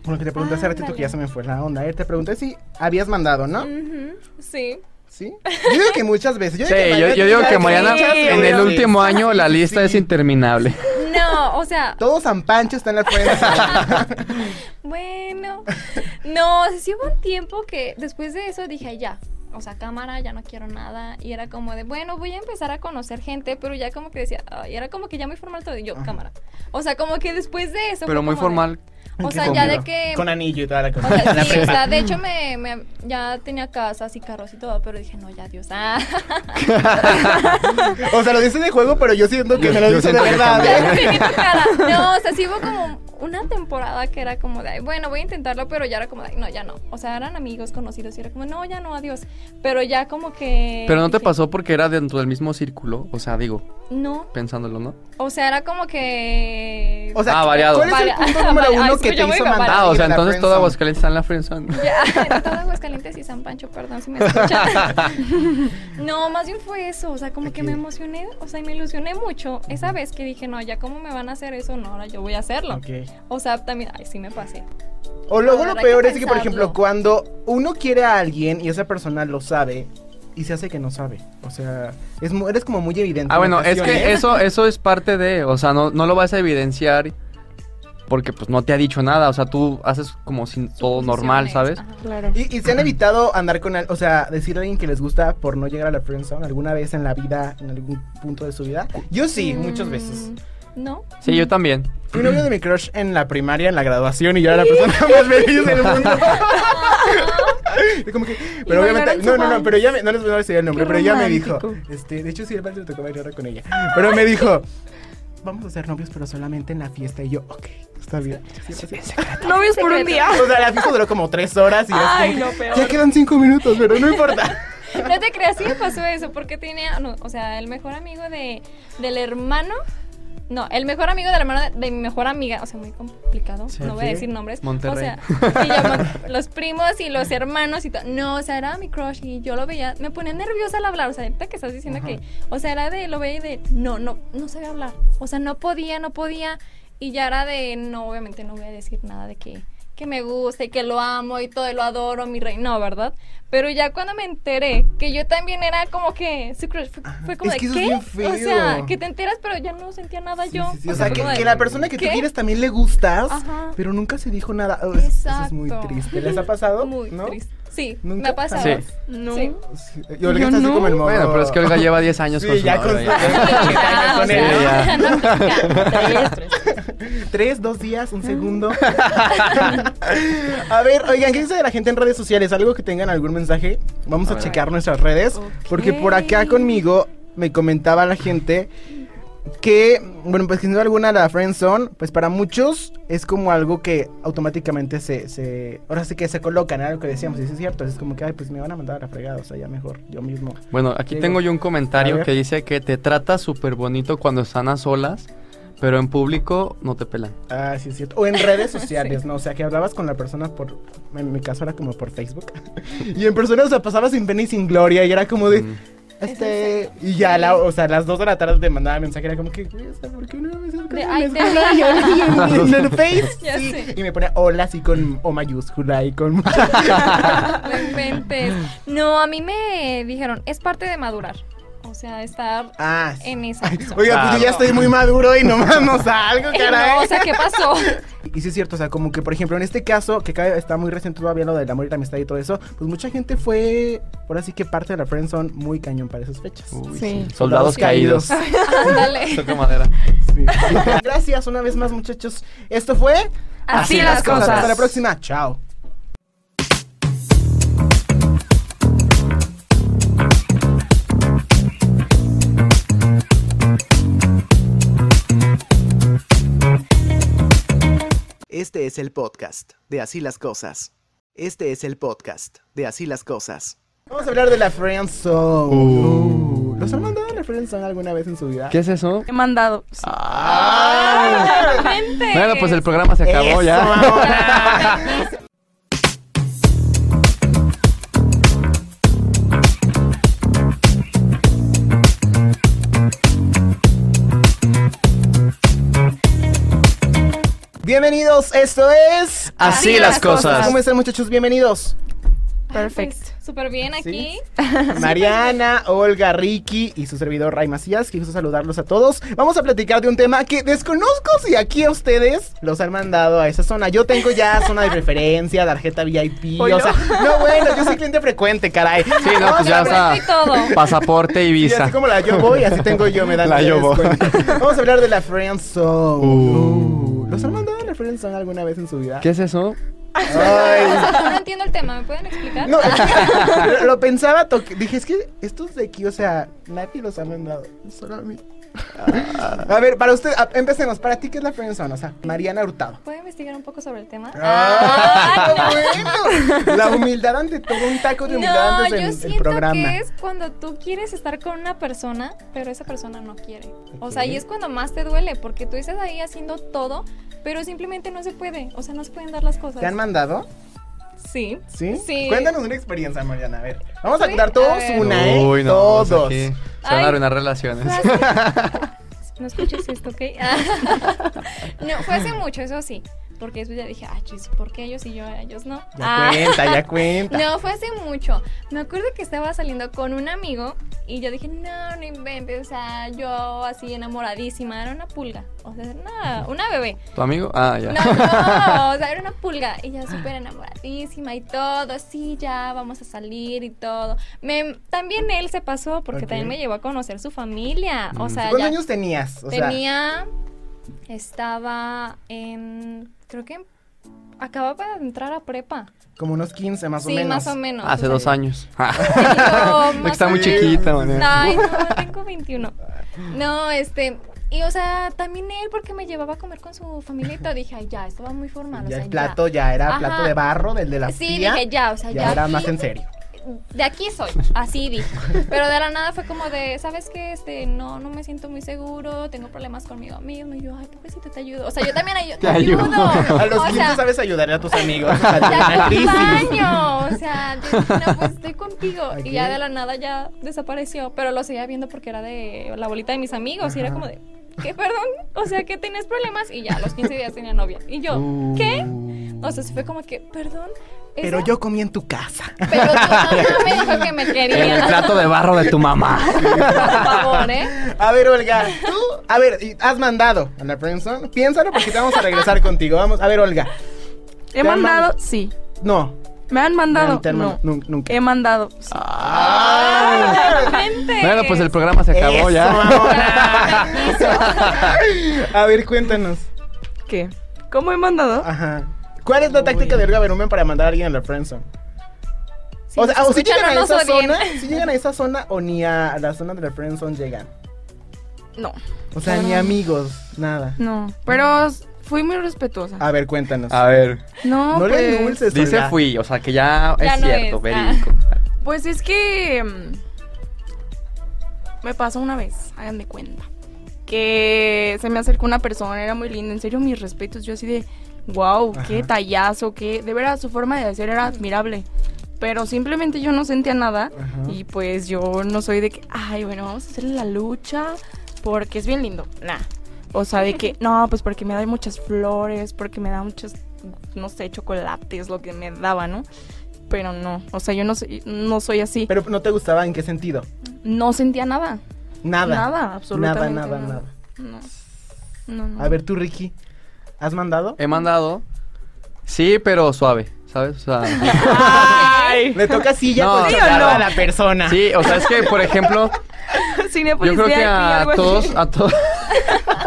Speaker 2: Bueno, que te pregunté hace ratito
Speaker 7: Ándale. Mm.
Speaker 2: que ya se me fue la onda. eh, Te pregunté si habías mandado, ¿no?
Speaker 7: Ujú, Sí.
Speaker 2: ¿Sí? Yo digo que muchas veces. Yo
Speaker 4: Sí,
Speaker 2: digo
Speaker 4: yo,
Speaker 2: que Mariana
Speaker 4: yo digo que
Speaker 2: tiene
Speaker 4: Mariana
Speaker 2: muchas
Speaker 4: en el
Speaker 2: veces.
Speaker 4: último año la lista es interminable.
Speaker 7: No, o sea,
Speaker 2: Todo San Pancho está en la frente.
Speaker 7: bueno. No, o sea, sí hubo un tiempo que después de eso dije, "Ay, ya. O sea, cámara, ya no quiero nada. Y era como de, bueno, voy a empezar a conocer gente, pero ya como que decía, y era como que ya muy formal todo. Y yo, cámara. O sea, como que después de eso.
Speaker 4: Pero
Speaker 7: fue
Speaker 4: muy
Speaker 7: como de-
Speaker 4: formal.
Speaker 7: o sea, ya de que.
Speaker 2: Con anillo y toda la cosa.
Speaker 7: O sea, sí, o sea, de hecho me, me- ya tenía casas y carros y todo, pero dije, no, ya Dios. Ah.
Speaker 2: O sea, lo dice de juego, pero yo siento que
Speaker 4: Yo-
Speaker 2: me lo
Speaker 4: yo
Speaker 2: dice de
Speaker 4: siento que
Speaker 2: verdad.
Speaker 4: también.
Speaker 2: ¿eh?
Speaker 7: Sí, vi tu cara. No, o sea, sí hubo como una temporada que era como de, "Ay, bueno, voy a intentarlo, pero ya era como de, "Ay, no, ya no. O sea, eran amigos conocidos y era como, no, ya no, adiós. Pero ya como que.
Speaker 4: Pero no te
Speaker 7: dije,
Speaker 4: pasó porque era dentro del mismo círculo, o sea, digo,
Speaker 7: No,
Speaker 4: pensándolo, ¿no?
Speaker 7: o sea, era como que.
Speaker 2: ¿eh? O sea,
Speaker 4: Ah, variado.
Speaker 2: ¿cuál es el
Speaker 7: Varia-
Speaker 2: punto número
Speaker 7: Ay,
Speaker 2: uno
Speaker 7: es
Speaker 2: que
Speaker 7: que yo
Speaker 2: te
Speaker 7: me
Speaker 2: hizo
Speaker 7: iba a
Speaker 2: mandar?
Speaker 4: Ah,
Speaker 7: Para
Speaker 4: o sea,
Speaker 2: a la
Speaker 4: entonces todo
Speaker 2: friendzone?
Speaker 4: Aguascalientes está en la friendzone.
Speaker 7: Ya, todo Aguascalientes y San Pancho, perdón si me escuchan. No, más bien fue eso, o sea, como que me
Speaker 2: Ok.
Speaker 7: emocioné, o sea, y me ilusioné mucho esa vez que dije, no, ya cómo me van a hacer eso, no, ahora yo voy a hacerlo.
Speaker 2: Ok.
Speaker 7: O sea, también, ay, sí me pasé.
Speaker 2: O luego
Speaker 7: Ahora,
Speaker 2: lo
Speaker 7: hay que
Speaker 2: peor es que, por
Speaker 7: pensarlo.
Speaker 2: ejemplo, cuando uno quiere a alguien y esa persona lo sabe, y se hace que no sabe. O sea, es, mu- eres como muy evidente.
Speaker 4: Ah,
Speaker 2: en
Speaker 4: bueno, es
Speaker 2: ocasiones.
Speaker 4: que eso, eso es parte de, o sea, no, no lo vas a evidenciar porque pues no te ha dicho nada, o sea, tú haces como si todo normal, ¿sabes?
Speaker 7: Ajá.
Speaker 3: Claro.
Speaker 2: Y, y se han evitado andar con, al- o sea, decir a alguien que les gusta por no llegar a la friendzone alguna vez en la vida, en algún punto de su vida. Yo sí, muchas veces.
Speaker 7: Mm, ¿No?
Speaker 4: Sí, yo también.
Speaker 2: Mi novio de mi crush en la primaria, en la graduación, y yo era la persona más feliz del mundo. Y como que, pero
Speaker 5: bailaron
Speaker 2: obviamente,
Speaker 5: su
Speaker 2: no, no, no,
Speaker 5: vals.
Speaker 2: pero ya me, no les voy a decir el nombre,
Speaker 5: Qué
Speaker 2: pero ya me dijo,
Speaker 5: romántico.
Speaker 2: este, de hecho sí, el vals me tocó bailar ahora con ella, pero me dijo, vamos a ser novios, pero solamente en la fiesta, y yo, ok, está bien.
Speaker 5: Novios por un día.
Speaker 2: O sea, la fiesta duró como tres horas y yo así
Speaker 5: Ay,
Speaker 2: como
Speaker 5: lo
Speaker 2: que,
Speaker 5: peor.
Speaker 2: ya quedan cinco minutos, pero no importa.
Speaker 7: No te creas, sí me pasó eso, porque tenía, no, o sea, el mejor amigo de, del hermano, no, el mejor amigo del hermano de, de mi mejor amiga, o sea, muy complicado,
Speaker 2: Sí,
Speaker 7: no voy a
Speaker 2: sí.
Speaker 7: decir nombres.
Speaker 4: Monterrey.
Speaker 7: O sea, y yo con los primos y los hermanos y todo. No, o sea, era mi crush y yo lo veía, me ponía nerviosa al hablar, o sea, ahorita que estás diciendo que, o sea, era de, lo veía y de, no, no, no sabía hablar, o sea, no podía, no podía, y ya era de, no, obviamente no voy a decir nada de que que me gusta y que lo amo y todo, y lo adoro, mi rey, no, ¿verdad? Pero ya cuando me enteré que yo también era como que su crush, fue, fue como
Speaker 2: es
Speaker 7: de,
Speaker 2: que eso es
Speaker 7: ¿qué?
Speaker 2: bien
Speaker 7: O sea,
Speaker 2: feo.
Speaker 7: que te enteras, pero ya no sentía nada yo.
Speaker 2: Sí, sí, sí, o sea,
Speaker 7: fue
Speaker 2: que,
Speaker 7: como de-
Speaker 2: que la persona que tú
Speaker 7: ¿qué?
Speaker 2: quieres también le gustas,
Speaker 7: Ajá.
Speaker 2: pero nunca se dijo nada. Oh, es- Eso es muy
Speaker 7: Exacto.
Speaker 2: triste. ¿Les ha pasado?
Speaker 7: Muy
Speaker 2: ¿No?
Speaker 7: triste. Sí,
Speaker 2: ¿Nunca?
Speaker 7: me ha pasado.
Speaker 4: Sí.
Speaker 5: No.
Speaker 7: Sí.
Speaker 2: Sí, Y Olga está así
Speaker 5: no.
Speaker 2: como en modo-
Speaker 4: Bueno, pero es que Olga lleva 10 años
Speaker 2: Sí,
Speaker 4: con su ¿eh?
Speaker 2: ya
Speaker 4: novio,
Speaker 2: con-
Speaker 4: ya.
Speaker 7: Ah, o
Speaker 2: Con
Speaker 7: sea,
Speaker 4: él, ya.
Speaker 7: no aplica.
Speaker 2: Tres, dos días,
Speaker 7: Ah.
Speaker 2: un segundo. a ver, oigan, ¿qué dice de la gente en redes sociales? ¿Algo que tengan algún mensaje? Vamos a, checar nuestras redes. Porque por acá conmigo me comentaba la gente que, bueno, pues que sin duda alguna la friendzone, pues para muchos es como algo que automáticamente se, se ahora sí que se colocan, era lo que decíamos, y sí es cierto, es como que, ay, pues me van a mandar a la fregada, o sea, ya mejor, yo mismo.
Speaker 4: Bueno, aquí
Speaker 2: Digo,
Speaker 4: tengo yo un
Speaker 2: a
Speaker 4: comentario
Speaker 2: ver.
Speaker 4: que dice que te trata súper bonito cuando están a solas, pero en público no te pelan.
Speaker 2: Ah, sí es cierto. O en redes sociales, ¿no? O sea, que hablabas con la persona por, en mi caso era como por Facebook. y en persona, o sea, pasaba sin pena y sin gloria y era como de...
Speaker 4: Mm.
Speaker 2: Este, y ya, la, o sea, a las 2 de la tarde te mandaba mensaje, era como que, güey, o sea, ¿por qué no me
Speaker 7: De,
Speaker 2: acercas a
Speaker 7: ay, te-
Speaker 2: en el Face?
Speaker 7: Ya
Speaker 2: sí.
Speaker 7: sé.
Speaker 2: Y me ponía hola así con O mayúscula y con...
Speaker 7: No inventes. No, a mí me dijeron, es parte de madurar. O sea, estar
Speaker 2: ah, sí.
Speaker 7: en esa. zona.
Speaker 2: Oiga, pues yo ya estoy muy maduro y nomás no salgo,
Speaker 7: Eh,
Speaker 2: caray.
Speaker 7: no, o sea, ¿qué pasó?
Speaker 2: Y sí es cierto, o sea, como que por ejemplo en este caso, que acá está muy reciente todavía lo del amor y la amistad y todo eso, pues mucha gente fue, por así que parte de la friendzone muy cañón para esas fechas.
Speaker 4: Uy,
Speaker 3: Sí.
Speaker 4: Soldados caídos.
Speaker 7: Ándale.
Speaker 4: Toca madera.
Speaker 2: Sí. Gracias una vez más muchachos. Esto fue...
Speaker 5: Así las cosas.
Speaker 2: Hasta la próxima. Chao.
Speaker 1: Este es el podcast de Así las cosas. Este es el podcast de Así las cosas.
Speaker 2: Vamos a hablar de la friendzone.
Speaker 4: Uh.
Speaker 2: ¿Los han mandado a la friendzone alguna vez en su vida?
Speaker 4: ¿Qué es eso?
Speaker 5: He mandado. sí.
Speaker 2: Ah.
Speaker 7: Realmente.
Speaker 4: Bueno, pues el programa se acabó
Speaker 2: Eso,
Speaker 4: ya.
Speaker 2: mamona. Bienvenidos, esto es.
Speaker 4: Así las cosas.
Speaker 2: ¿Cómo están, muchachos? Bienvenidos.
Speaker 3: Perfecto.
Speaker 7: Pues, Súper bien aquí.
Speaker 2: Mariana, Olga, Ricky y su servidor Ray Macías. Quiero saludarlos a todos. Vamos a platicar de un tema que desconozco si aquí a ustedes los han mandado a esa zona. Yo tengo ya zona de preferencia, tarjeta VIP. O sea, no, bueno, yo soy cliente frecuente, caray.
Speaker 4: Sí, no, pues ya
Speaker 7: Perfecto y
Speaker 4: está.
Speaker 7: todo.
Speaker 4: Pasaporte y
Speaker 2: Y
Speaker 4: visa.
Speaker 2: así como la yo voy, así tengo yo, me dan
Speaker 4: La
Speaker 2: el
Speaker 4: yo voy.
Speaker 2: descuento. Vamos a hablar de la Friend Zone.
Speaker 4: Uh.
Speaker 2: ¿Los han mandado a la Friend Zone alguna vez en su vida?
Speaker 4: ¿Qué es eso?
Speaker 2: Ay,
Speaker 7: O sea, no entiendo el tema, ¿me pueden explicar?
Speaker 2: No, es que lo- lo pensaba, toque- dije, es que estos de aquí, o sea, nadie los ha mandado, solo a mí. Ah. A ver, para usted, a- empecemos, para ti, ¿qué es la friendzone? O sea, Mariana Hurtado.
Speaker 7: ¿Pueden investigar un poco sobre el tema?
Speaker 2: Ah,
Speaker 7: Ah,
Speaker 2: bueno. La humildad ante todo, un taco de humildad
Speaker 7: No,
Speaker 2: antes del
Speaker 7: yo
Speaker 2: el
Speaker 7: siento
Speaker 2: programa.
Speaker 7: que es cuando tú quieres estar con una persona, pero esa persona no quiere. O sea, y es cuando más te duele, porque tú estás ahí haciendo todo, pero simplemente no se puede. O sea, no se pueden dar las cosas.
Speaker 2: ¿Te han mandado?
Speaker 7: Sí.
Speaker 2: ¿Sí?
Speaker 7: Sí.
Speaker 2: Cuéntanos una experiencia, Mariana, a ver. Vamos a
Speaker 7: Sí,
Speaker 2: contar
Speaker 7: a
Speaker 2: todos
Speaker 7: ver.
Speaker 2: una, ¿eh?
Speaker 4: Uy, no. o sea,
Speaker 2: todos.
Speaker 4: aquí se van
Speaker 7: Ay.
Speaker 4: a arruinar relaciones.
Speaker 7: Fue hace- No escuches esto, ¿ok? no, fue hace mucho, eso sí. Porque después ya dije, ah, chis, ¿por qué ellos y yo a ellos no?
Speaker 2: Ya
Speaker 7: Ah.
Speaker 2: cuenta, ya cuenta.
Speaker 7: No, fue hace mucho. Me acuerdo que estaba saliendo con un amigo y yo dije, no, no inventes. O sea, yo así enamoradísima. Era una pulga. O sea, una, una bebé.
Speaker 4: ¿Tu amigo? Ah, ya.
Speaker 7: No, no, o sea, era una pulga. Y ya súper enamoradísima y todo. Sí, ya vamos a salir y todo. Me, también él se pasó porque
Speaker 2: Ok.
Speaker 7: también me llevó a conocer su familia. O
Speaker 4: Mm.
Speaker 7: sea,
Speaker 2: ¿Cuántos
Speaker 7: ya
Speaker 2: años tenías? O sea,
Speaker 7: tenía. Estaba en. Creo que acababa de entrar a prepa.
Speaker 2: como unos 15 más
Speaker 7: sí,
Speaker 2: o menos.
Speaker 7: más o menos.
Speaker 4: Hace
Speaker 7: o sea,
Speaker 4: dos años.
Speaker 7: Pero más
Speaker 4: Está
Speaker 7: o
Speaker 4: muy
Speaker 7: menos.
Speaker 4: chiquita, manera.
Speaker 7: Ay, no, tengo 21. No, este. Y o sea, también él, porque me llevaba a comer con su familia y todo. Dije, ay, ya, estaba muy formal. o
Speaker 2: Ya
Speaker 7: sea,
Speaker 2: el plato ya era
Speaker 7: Ajá.
Speaker 2: plato de barro, del de la
Speaker 7: ya. Sí,
Speaker 2: tía,
Speaker 7: dije, ya, o sea,
Speaker 2: ya,
Speaker 7: ya.
Speaker 2: era
Speaker 7: aquí-
Speaker 2: más en serio.
Speaker 7: De aquí soy, así dije. Pero de la nada fue como de, ¿sabes qué? Este, no, no me siento muy seguro, tengo problemas conmigo mismo. Y yo, ay, pobrecito, te ayudo. O sea, yo también ayu- te, ayudo.
Speaker 2: A los
Speaker 7: o
Speaker 2: 15
Speaker 7: sea,
Speaker 2: sabes ayudar a tus amigos.
Speaker 7: ya
Speaker 2: La
Speaker 7: cumplí
Speaker 2: crisis.
Speaker 7: años, o sea, yo dije, no, pues estoy contigo.
Speaker 2: Ok.
Speaker 7: Y ya de la nada ya desapareció, pero lo seguía viendo porque era de la bolita de mis amigos y era
Speaker 2: Ajá.
Speaker 7: como de, ¿qué, perdón? O sea, que tenías problemas y ya, a los 15 días tenía novia. Y yo, ¿qué?
Speaker 4: Uh.
Speaker 7: O sea, se fue como que, perdón. ¿Esa?
Speaker 2: Uh. Pero yo comí en tu casa.
Speaker 7: Pero tu mamá me dijo que me
Speaker 4: En el
Speaker 7: quería.
Speaker 4: plato de barro de tu mamá.
Speaker 7: Por favor, ¿eh?
Speaker 2: A ver, Olga, tú, a ver, y- has mandado a la Friendzone. Piénsalo porque te vamos a regresar contigo. Vamos, a ver, Olga.
Speaker 5: He
Speaker 2: Te han
Speaker 5: mandado, sí.
Speaker 2: No.
Speaker 5: Me han mandado,
Speaker 2: te han
Speaker 5: no.
Speaker 2: mandado- nun- Nunca.
Speaker 7: Eh,
Speaker 5: He mandado, sí.
Speaker 2: Ah.
Speaker 7: Realmente.
Speaker 4: Bueno, pues el programa se acabó
Speaker 2: Eso,
Speaker 4: ya.
Speaker 2: mamona. a ver, cuéntanos.
Speaker 5: ¿Qué? ¿Cómo he mandado?
Speaker 2: Ajá. ¿Cuál es la táctica de Olga Berumen para mandar a alguien a la friendzone?
Speaker 7: Si
Speaker 2: o sea,
Speaker 7: nos
Speaker 2: o si
Speaker 7: escuchan,
Speaker 2: llegan
Speaker 7: no
Speaker 2: a
Speaker 7: nos
Speaker 2: esa
Speaker 7: odien.
Speaker 2: zona, si llegan a esa zona o ni a la zona de la friendzone llegan.
Speaker 5: No,
Speaker 2: O sea, ni amigos, nada.
Speaker 5: no. Pero s- fui muy respetuosa.
Speaker 2: A ver, cuéntanos.
Speaker 4: A ver,
Speaker 5: No,
Speaker 2: Ah, no le
Speaker 5: pues,
Speaker 2: endulces,
Speaker 4: dice
Speaker 2: Olga.
Speaker 4: fui, o sea que ya
Speaker 7: Ya
Speaker 4: es
Speaker 7: no
Speaker 4: cierto,
Speaker 7: es. Ah.
Speaker 4: verídico.
Speaker 5: pues es que mm, me pasó una vez, háganme cuenta, que se me acercó una persona, era muy linda, en serio mis respetos, yo así de, wow, qué tallazo, qué, de veras su forma de hacer era admirable. Pero simplemente yo no sentía nada
Speaker 2: Ajá.
Speaker 5: y pues yo no soy de que, ay, bueno, vamos a hacerle la lucha porque es bien lindo. Nah. O sea, de que, no, pues porque me da muchas flores, porque me da muchas, no sé, chocolates, lo que me daba, ¿no? Pero no, o sea, yo no soy, no soy así.
Speaker 2: Pero no te gustaba en qué sentido?
Speaker 5: No sentía nada.
Speaker 2: Nada.
Speaker 5: Nada,
Speaker 2: Nada,
Speaker 5: absolutamente.
Speaker 2: nada,
Speaker 5: nada.
Speaker 2: nada.
Speaker 5: No. No, no.
Speaker 2: A ver, tú, Ricky, ¿has mandado?
Speaker 4: He mandado. Sí, pero suave, ¿sabes? O sea,
Speaker 5: Ay.
Speaker 2: Le toca silla
Speaker 4: No.
Speaker 2: con
Speaker 4: ¿Sí o
Speaker 2: chocolate
Speaker 4: no?
Speaker 2: a la persona.
Speaker 4: sí, o sea, es que por ejemplo,
Speaker 5: Cinépolis
Speaker 4: yo creo que
Speaker 5: VIP,
Speaker 4: a
Speaker 5: algo así.
Speaker 4: todos, a todos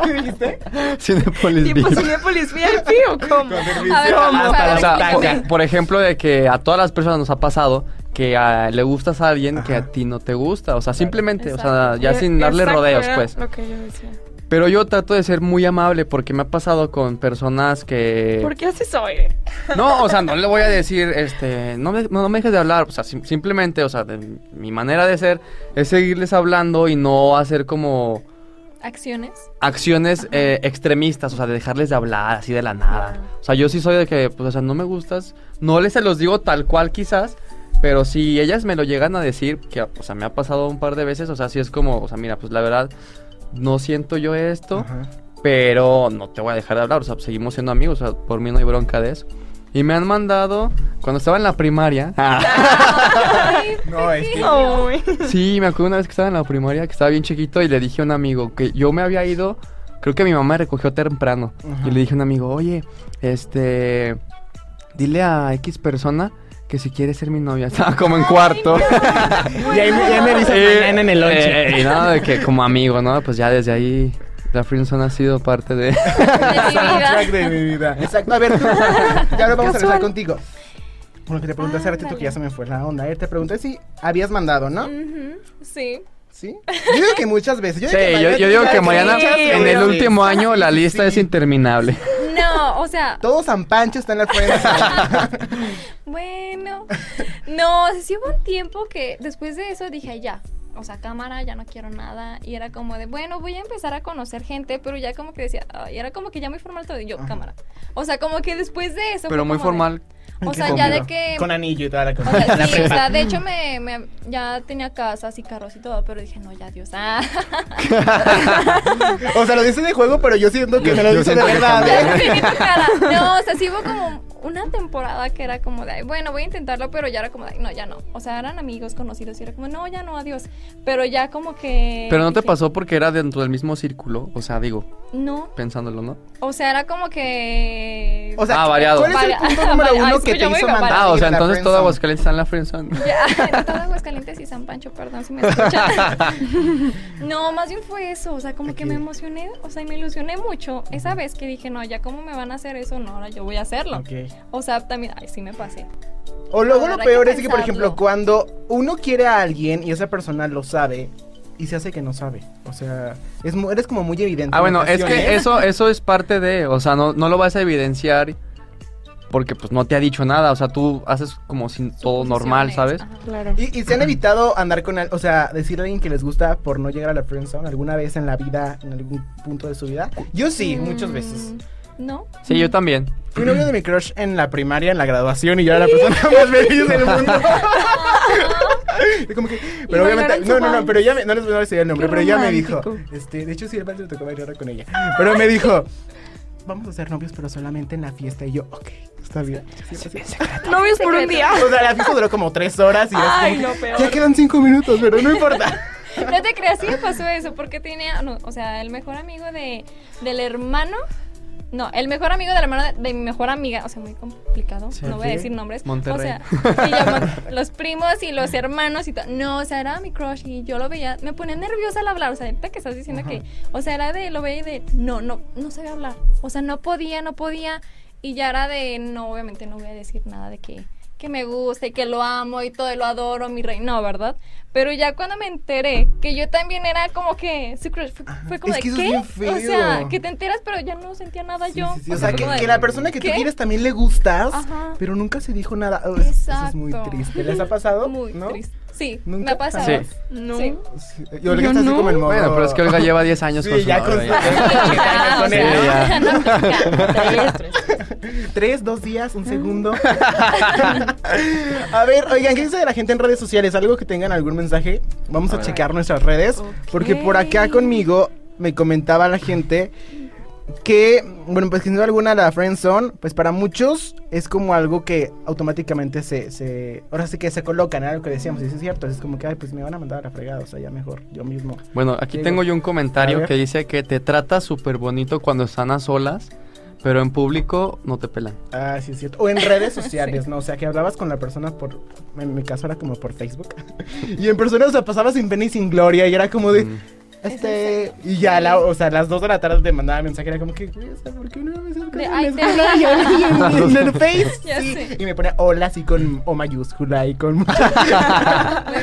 Speaker 2: ¿Qué dijiste?
Speaker 4: Cinepolis
Speaker 5: ¿Tipo
Speaker 4: VIP.
Speaker 5: Cinépolis VIP o cómo?
Speaker 7: A ver, ¿cómo?
Speaker 2: Hasta
Speaker 7: Para
Speaker 2: la
Speaker 4: O sea,
Speaker 2: butaca.
Speaker 4: por, por ejemplo, de que a todas las personas nos ha pasado que ah, le gustas a alguien que
Speaker 2: Ajá.
Speaker 4: a ti no te gusta. O sea, simplemente, o sea, ya
Speaker 5: Eh,
Speaker 4: sin darle
Speaker 5: exacto,
Speaker 4: rodeos,
Speaker 5: era
Speaker 4: pues.
Speaker 5: Lo que yo decía.
Speaker 4: Pero yo trato de ser muy amable porque me ha pasado con personas que...
Speaker 5: ¿Por qué así soy?
Speaker 4: No, o sea, no le voy a decir, este, no me, no, no me dejes de hablar, o sea, sim- simplemente, o sea, de- mi manera de ser es seguirles hablando y no hacer como
Speaker 7: Acciones.
Speaker 4: acciones eh, extremistas, o sea, de dejarles de hablar así de la nada. O sea, yo sí soy de que, pues, o sea, no me gustas, no les se los digo tal cual quizás, pero si ellas me lo llegan a decir, que, o sea, me ha pasado un par de veces, o sea, sí es como, o sea, mira, pues la verdad, no siento yo esto.
Speaker 2: Ajá.
Speaker 4: Pero no te voy a dejar de hablar, o sea, seguimos siendo amigos, o sea, por mí no hay bronca de eso. Y me han mandado, cuando estaba en la primaria,
Speaker 2: No, eh, este, es que...
Speaker 5: Ay.
Speaker 4: sí, me acuerdo una vez que estaba en la primaria, que estaba bien chiquito y le dije a un amigo que yo me había ido, creo que mi mamá me recogió temprano,
Speaker 2: Ajá.
Speaker 4: y le dije a un amigo, oye, este, dile a X persona que si quiere ser mi novia, estaba como en cuarto.
Speaker 2: Y ahí me, ya me dice
Speaker 4: Eh,
Speaker 2: mañana en el lonche.
Speaker 4: eh, y nada, de que como amigo, ¿no? Pues ya desde ahí, la Friendson ha sido parte de...
Speaker 7: De mi vida.
Speaker 2: Soundtrack de mi vida. Exacto. A ver, tú. Ya ahora vamos a regresar contigo. Por lo que te pregunté hace ratito que ya se me fue la onda. A ver, te pregunté si habías mandado, ¿no?
Speaker 7: Ujú, Sí.
Speaker 2: ¿Sí? Yo digo que muchas veces. Yo
Speaker 4: Sí,
Speaker 2: digo que
Speaker 4: yo,
Speaker 2: varias
Speaker 4: yo digo
Speaker 2: veces.
Speaker 4: que Mariana,
Speaker 2: Muchas
Speaker 4: en el
Speaker 2: veces.
Speaker 4: último año la lista es interminable.
Speaker 7: No, o sea,
Speaker 2: Todo San Pancho está en la frente.
Speaker 7: bueno. No, o sea, sí hubo un tiempo que después de eso dije, "Ay, ya. o sea, cámara, ya no quiero nada. Y era como de, bueno, voy a empezar a conocer gente, pero ya como que decía, y era como que ya muy formal todo. Y yo,
Speaker 2: Ajá.
Speaker 7: cámara. O sea, como que después de eso.
Speaker 4: Pero
Speaker 7: fue
Speaker 4: muy
Speaker 7: como de-
Speaker 4: formal.
Speaker 7: o
Speaker 2: ¿Qué
Speaker 7: sea, ya
Speaker 2: comieron?
Speaker 7: de que.
Speaker 2: Con anillo y toda la
Speaker 7: O
Speaker 2: cosa.
Speaker 7: sea, sí, o sea, de hecho me, me- ya tenía casas y carros y todo, pero dije, no, ya Dios. Ah.
Speaker 2: O sea, lo dices de juego, pero yo siento que
Speaker 4: Yo-
Speaker 2: me lo
Speaker 4: yo
Speaker 2: dices de
Speaker 4: siento que
Speaker 2: verdad.
Speaker 4: también.
Speaker 2: ¿eh?
Speaker 7: Sí, vi tu cara. No, o sea, sí hubo como una temporada que era como de, "Ay, bueno, voy a intentarlo, pero ya era como de, "Ay, no, ya no. O sea, eran amigos conocidos y era como, no, ya no, adiós. Pero ya como que.
Speaker 4: Pero no te
Speaker 7: dije,
Speaker 4: pasó porque era dentro del mismo círculo. O sea, digo,
Speaker 7: No,
Speaker 4: pensándolo, ¿no?
Speaker 7: o sea, era como que.
Speaker 2: O sea,
Speaker 4: Ah, variado.
Speaker 2: ¿cuál es el
Speaker 7: Varia-
Speaker 2: punto número
Speaker 7: Ay,
Speaker 2: uno
Speaker 7: es que
Speaker 2: que te
Speaker 7: yo voy
Speaker 2: hizo
Speaker 7: a
Speaker 2: mandar?
Speaker 7: Para
Speaker 4: Ah, o
Speaker 2: ir
Speaker 4: sea,
Speaker 2: a la
Speaker 4: entonces todo
Speaker 2: friendzone?
Speaker 4: Aguascalientes está en la friendzone.
Speaker 7: Ya, todo Aguascalientes y San Pancho, perdón si me escuchan. No, más bien fue eso, o sea, como que
Speaker 2: Ok.
Speaker 7: me emocioné, o sea, y me ilusioné mucho esa vez que dije, no, ya cómo me van a hacer eso, no, ahora yo voy a hacerlo.
Speaker 2: Ok.
Speaker 7: O sea, también, ay, sí me pasé.
Speaker 2: O luego
Speaker 7: Ahora
Speaker 2: lo
Speaker 7: hay que
Speaker 2: peor es que, por ejemplo,
Speaker 7: pensarlo.
Speaker 2: cuando uno quiere a alguien y esa persona lo sabe y se hace que no sabe. O sea, es mu- eres como muy evidente.
Speaker 4: Ah,
Speaker 2: en
Speaker 4: bueno, es
Speaker 2: ocasiones.
Speaker 4: que eso, eso es parte de, o sea, no, no lo vas a evidenciar porque pues no te ha dicho nada, o sea, tú haces como si todo normal,
Speaker 7: Suposiciones,
Speaker 4: ¿sabes?
Speaker 7: ajá.
Speaker 3: Claro.
Speaker 2: Y, y se han evitado andar con, al- o sea, decir a alguien que les gusta por no llegar a la friendzone alguna vez en la vida, en algún punto de su vida. Yo sí, muchas
Speaker 7: Mm,
Speaker 2: veces.
Speaker 7: No.
Speaker 4: Sí, yo también.
Speaker 2: Fui novio de mi crush en la primaria, en la graduación y yo era la persona más feliz del mundo. Y como que, pero
Speaker 3: bailaron
Speaker 2: obviamente,
Speaker 3: su
Speaker 2: no, no, no,
Speaker 3: vals.
Speaker 2: pero ya me, no les voy a decir el nombre,
Speaker 3: Qué
Speaker 2: pero ya me dijo,
Speaker 3: romántico.
Speaker 2: este, de hecho sí, el vals me tocó bailar ahora con ella, pero me dijo, vamos a ser novios, pero solamente en la fiesta, y yo, ok, está bien.
Speaker 3: Novios por un día.
Speaker 2: O sea, la fiesta duró como tres horas y yo así
Speaker 5: Ay,
Speaker 2: como
Speaker 5: lo
Speaker 2: que,
Speaker 5: peor.
Speaker 2: ya quedan cinco minutos, pero no importa.
Speaker 7: No te creas, sí me pasó eso, porque tenía, no, o sea, el mejor amigo de, del hermano. No, el mejor amigo del hermano de, de mi mejor amiga, o sea, muy complicado,
Speaker 2: Sí,
Speaker 7: no voy a
Speaker 2: sí.
Speaker 7: decir nombres.
Speaker 4: Monterrey.
Speaker 7: O sea, y ya mon- los primos y los hermanos y todo. No, o sea, era mi crush y yo lo veía, me ponía nerviosa al hablar, o sea, ahorita que estás diciendo
Speaker 2: Ajá.
Speaker 7: que, o sea, era de, lo veía y de, no, no, no sabía hablar. O sea, no podía, no podía. Y ya era de, no, obviamente no voy a decir nada de que, que me gusta y que lo amo y todo, y lo adoro, mi rey. No, ¿verdad? Pero ya cuando me enteré que yo también era como que su crush, fue, fue como
Speaker 2: Es
Speaker 7: de,
Speaker 2: que eso es
Speaker 7: ¿qué?
Speaker 2: bien
Speaker 7: O sea,
Speaker 2: feo.
Speaker 7: que te enteras, pero ya no sentía nada
Speaker 2: Sí,
Speaker 7: yo.
Speaker 2: sí, sí, o sea,
Speaker 7: fue
Speaker 2: que,
Speaker 7: como de-
Speaker 2: que la persona que tú
Speaker 7: ¿qué?
Speaker 2: quieres también le gustas,
Speaker 7: Ajá.
Speaker 2: pero nunca se dijo nada. Oh, es- Eso es muy
Speaker 7: Exacto.
Speaker 2: triste. ¿Les ha pasado?
Speaker 7: Muy
Speaker 2: ¿No?
Speaker 7: triste. Sí,
Speaker 2: ¿Nunca?
Speaker 7: me ha pasado.
Speaker 4: Sí.
Speaker 5: No.
Speaker 7: Sí.
Speaker 2: Sí, Y Olga está así
Speaker 5: no.
Speaker 2: como el modo-
Speaker 4: Bueno, pero es que Olga lleva 10 años con
Speaker 2: Sí,
Speaker 4: su
Speaker 2: ya con
Speaker 4: novio, ya.
Speaker 7: Ah, o
Speaker 2: con
Speaker 7: sea,
Speaker 2: él,
Speaker 4: ya.
Speaker 7: no aplica. Tres, tres.
Speaker 2: Tres, dos días,
Speaker 7: Ah.
Speaker 2: un segundo. a ver, oigan, ¿qué dice de la gente en redes sociales? ¿Algo que tengan algún mensaje? Vamos a,
Speaker 4: A ver.
Speaker 2: checar nuestras redes. Porque por acá conmigo me comentaba la gente que, bueno, pues que sin duda alguna la friendzone, pues para muchos es como algo que automáticamente se, se ahora sí que se colocan, era lo que decíamos, y sí es cierto, es como que, ay, pues me van a mandar a la fregada, o sea, ya mejor, yo mismo.
Speaker 4: Bueno, aquí
Speaker 2: Digo,
Speaker 4: tengo yo un
Speaker 2: a
Speaker 4: comentario
Speaker 2: ver.
Speaker 4: que dice que te trata súper bonito cuando están a solas, pero en público no te pelan.
Speaker 2: Ah, sí es cierto. O en redes sociales, ¿no? O sea, que hablabas con la persona por, en mi caso era como por Facebook. y en persona, o sea, pasaba sin pena y sin gloria y era como de,
Speaker 4: Mm.
Speaker 2: este, y ya, la, o sea, a las 2 de la tarde te mandaba mensaje, era como que, güey, o sea, ¿por qué no me haces
Speaker 7: De,
Speaker 2: caso
Speaker 7: ay,
Speaker 2: en
Speaker 7: te-
Speaker 2: la escuela? Y ahora sí, en- en el Face.
Speaker 7: Ya
Speaker 2: sí.
Speaker 7: sé.
Speaker 2: Y me ponía hola así con O mayúscula y con...
Speaker 7: No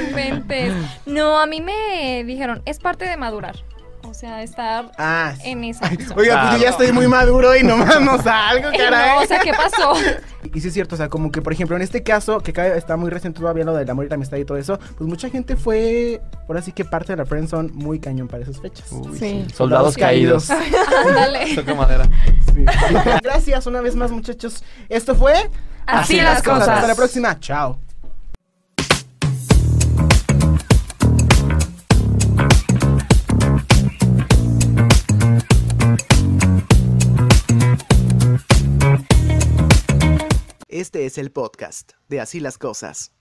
Speaker 7: inventes. No, a mí me dijeron, es parte de madurar. O sea, estar
Speaker 2: ah, sí.
Speaker 7: en esa.
Speaker 2: Oiga,
Speaker 7: zona.
Speaker 2: pues yo ya
Speaker 4: Claro.
Speaker 2: estoy muy maduro y nomás no salgo,
Speaker 7: Eh,
Speaker 2: caray.
Speaker 7: no, o sea, ¿qué pasó?
Speaker 2: Y sí es cierto, o sea, como que por ejemplo en este caso, que acá está muy reciente todavía lo del amor y la amistad y todo eso, pues mucha gente fue, por así que parte de la friendzone muy cañón para esas fechas.
Speaker 4: Uy,
Speaker 3: Sí.
Speaker 4: sí. Soldados caídos.
Speaker 7: Ándale.
Speaker 4: Toca madera.
Speaker 2: Sí. Gracias una vez más muchachos. Esto fue
Speaker 5: Así las cosas.
Speaker 2: Hasta la próxima. Chao.
Speaker 1: Este es el podcast de Así las cosas.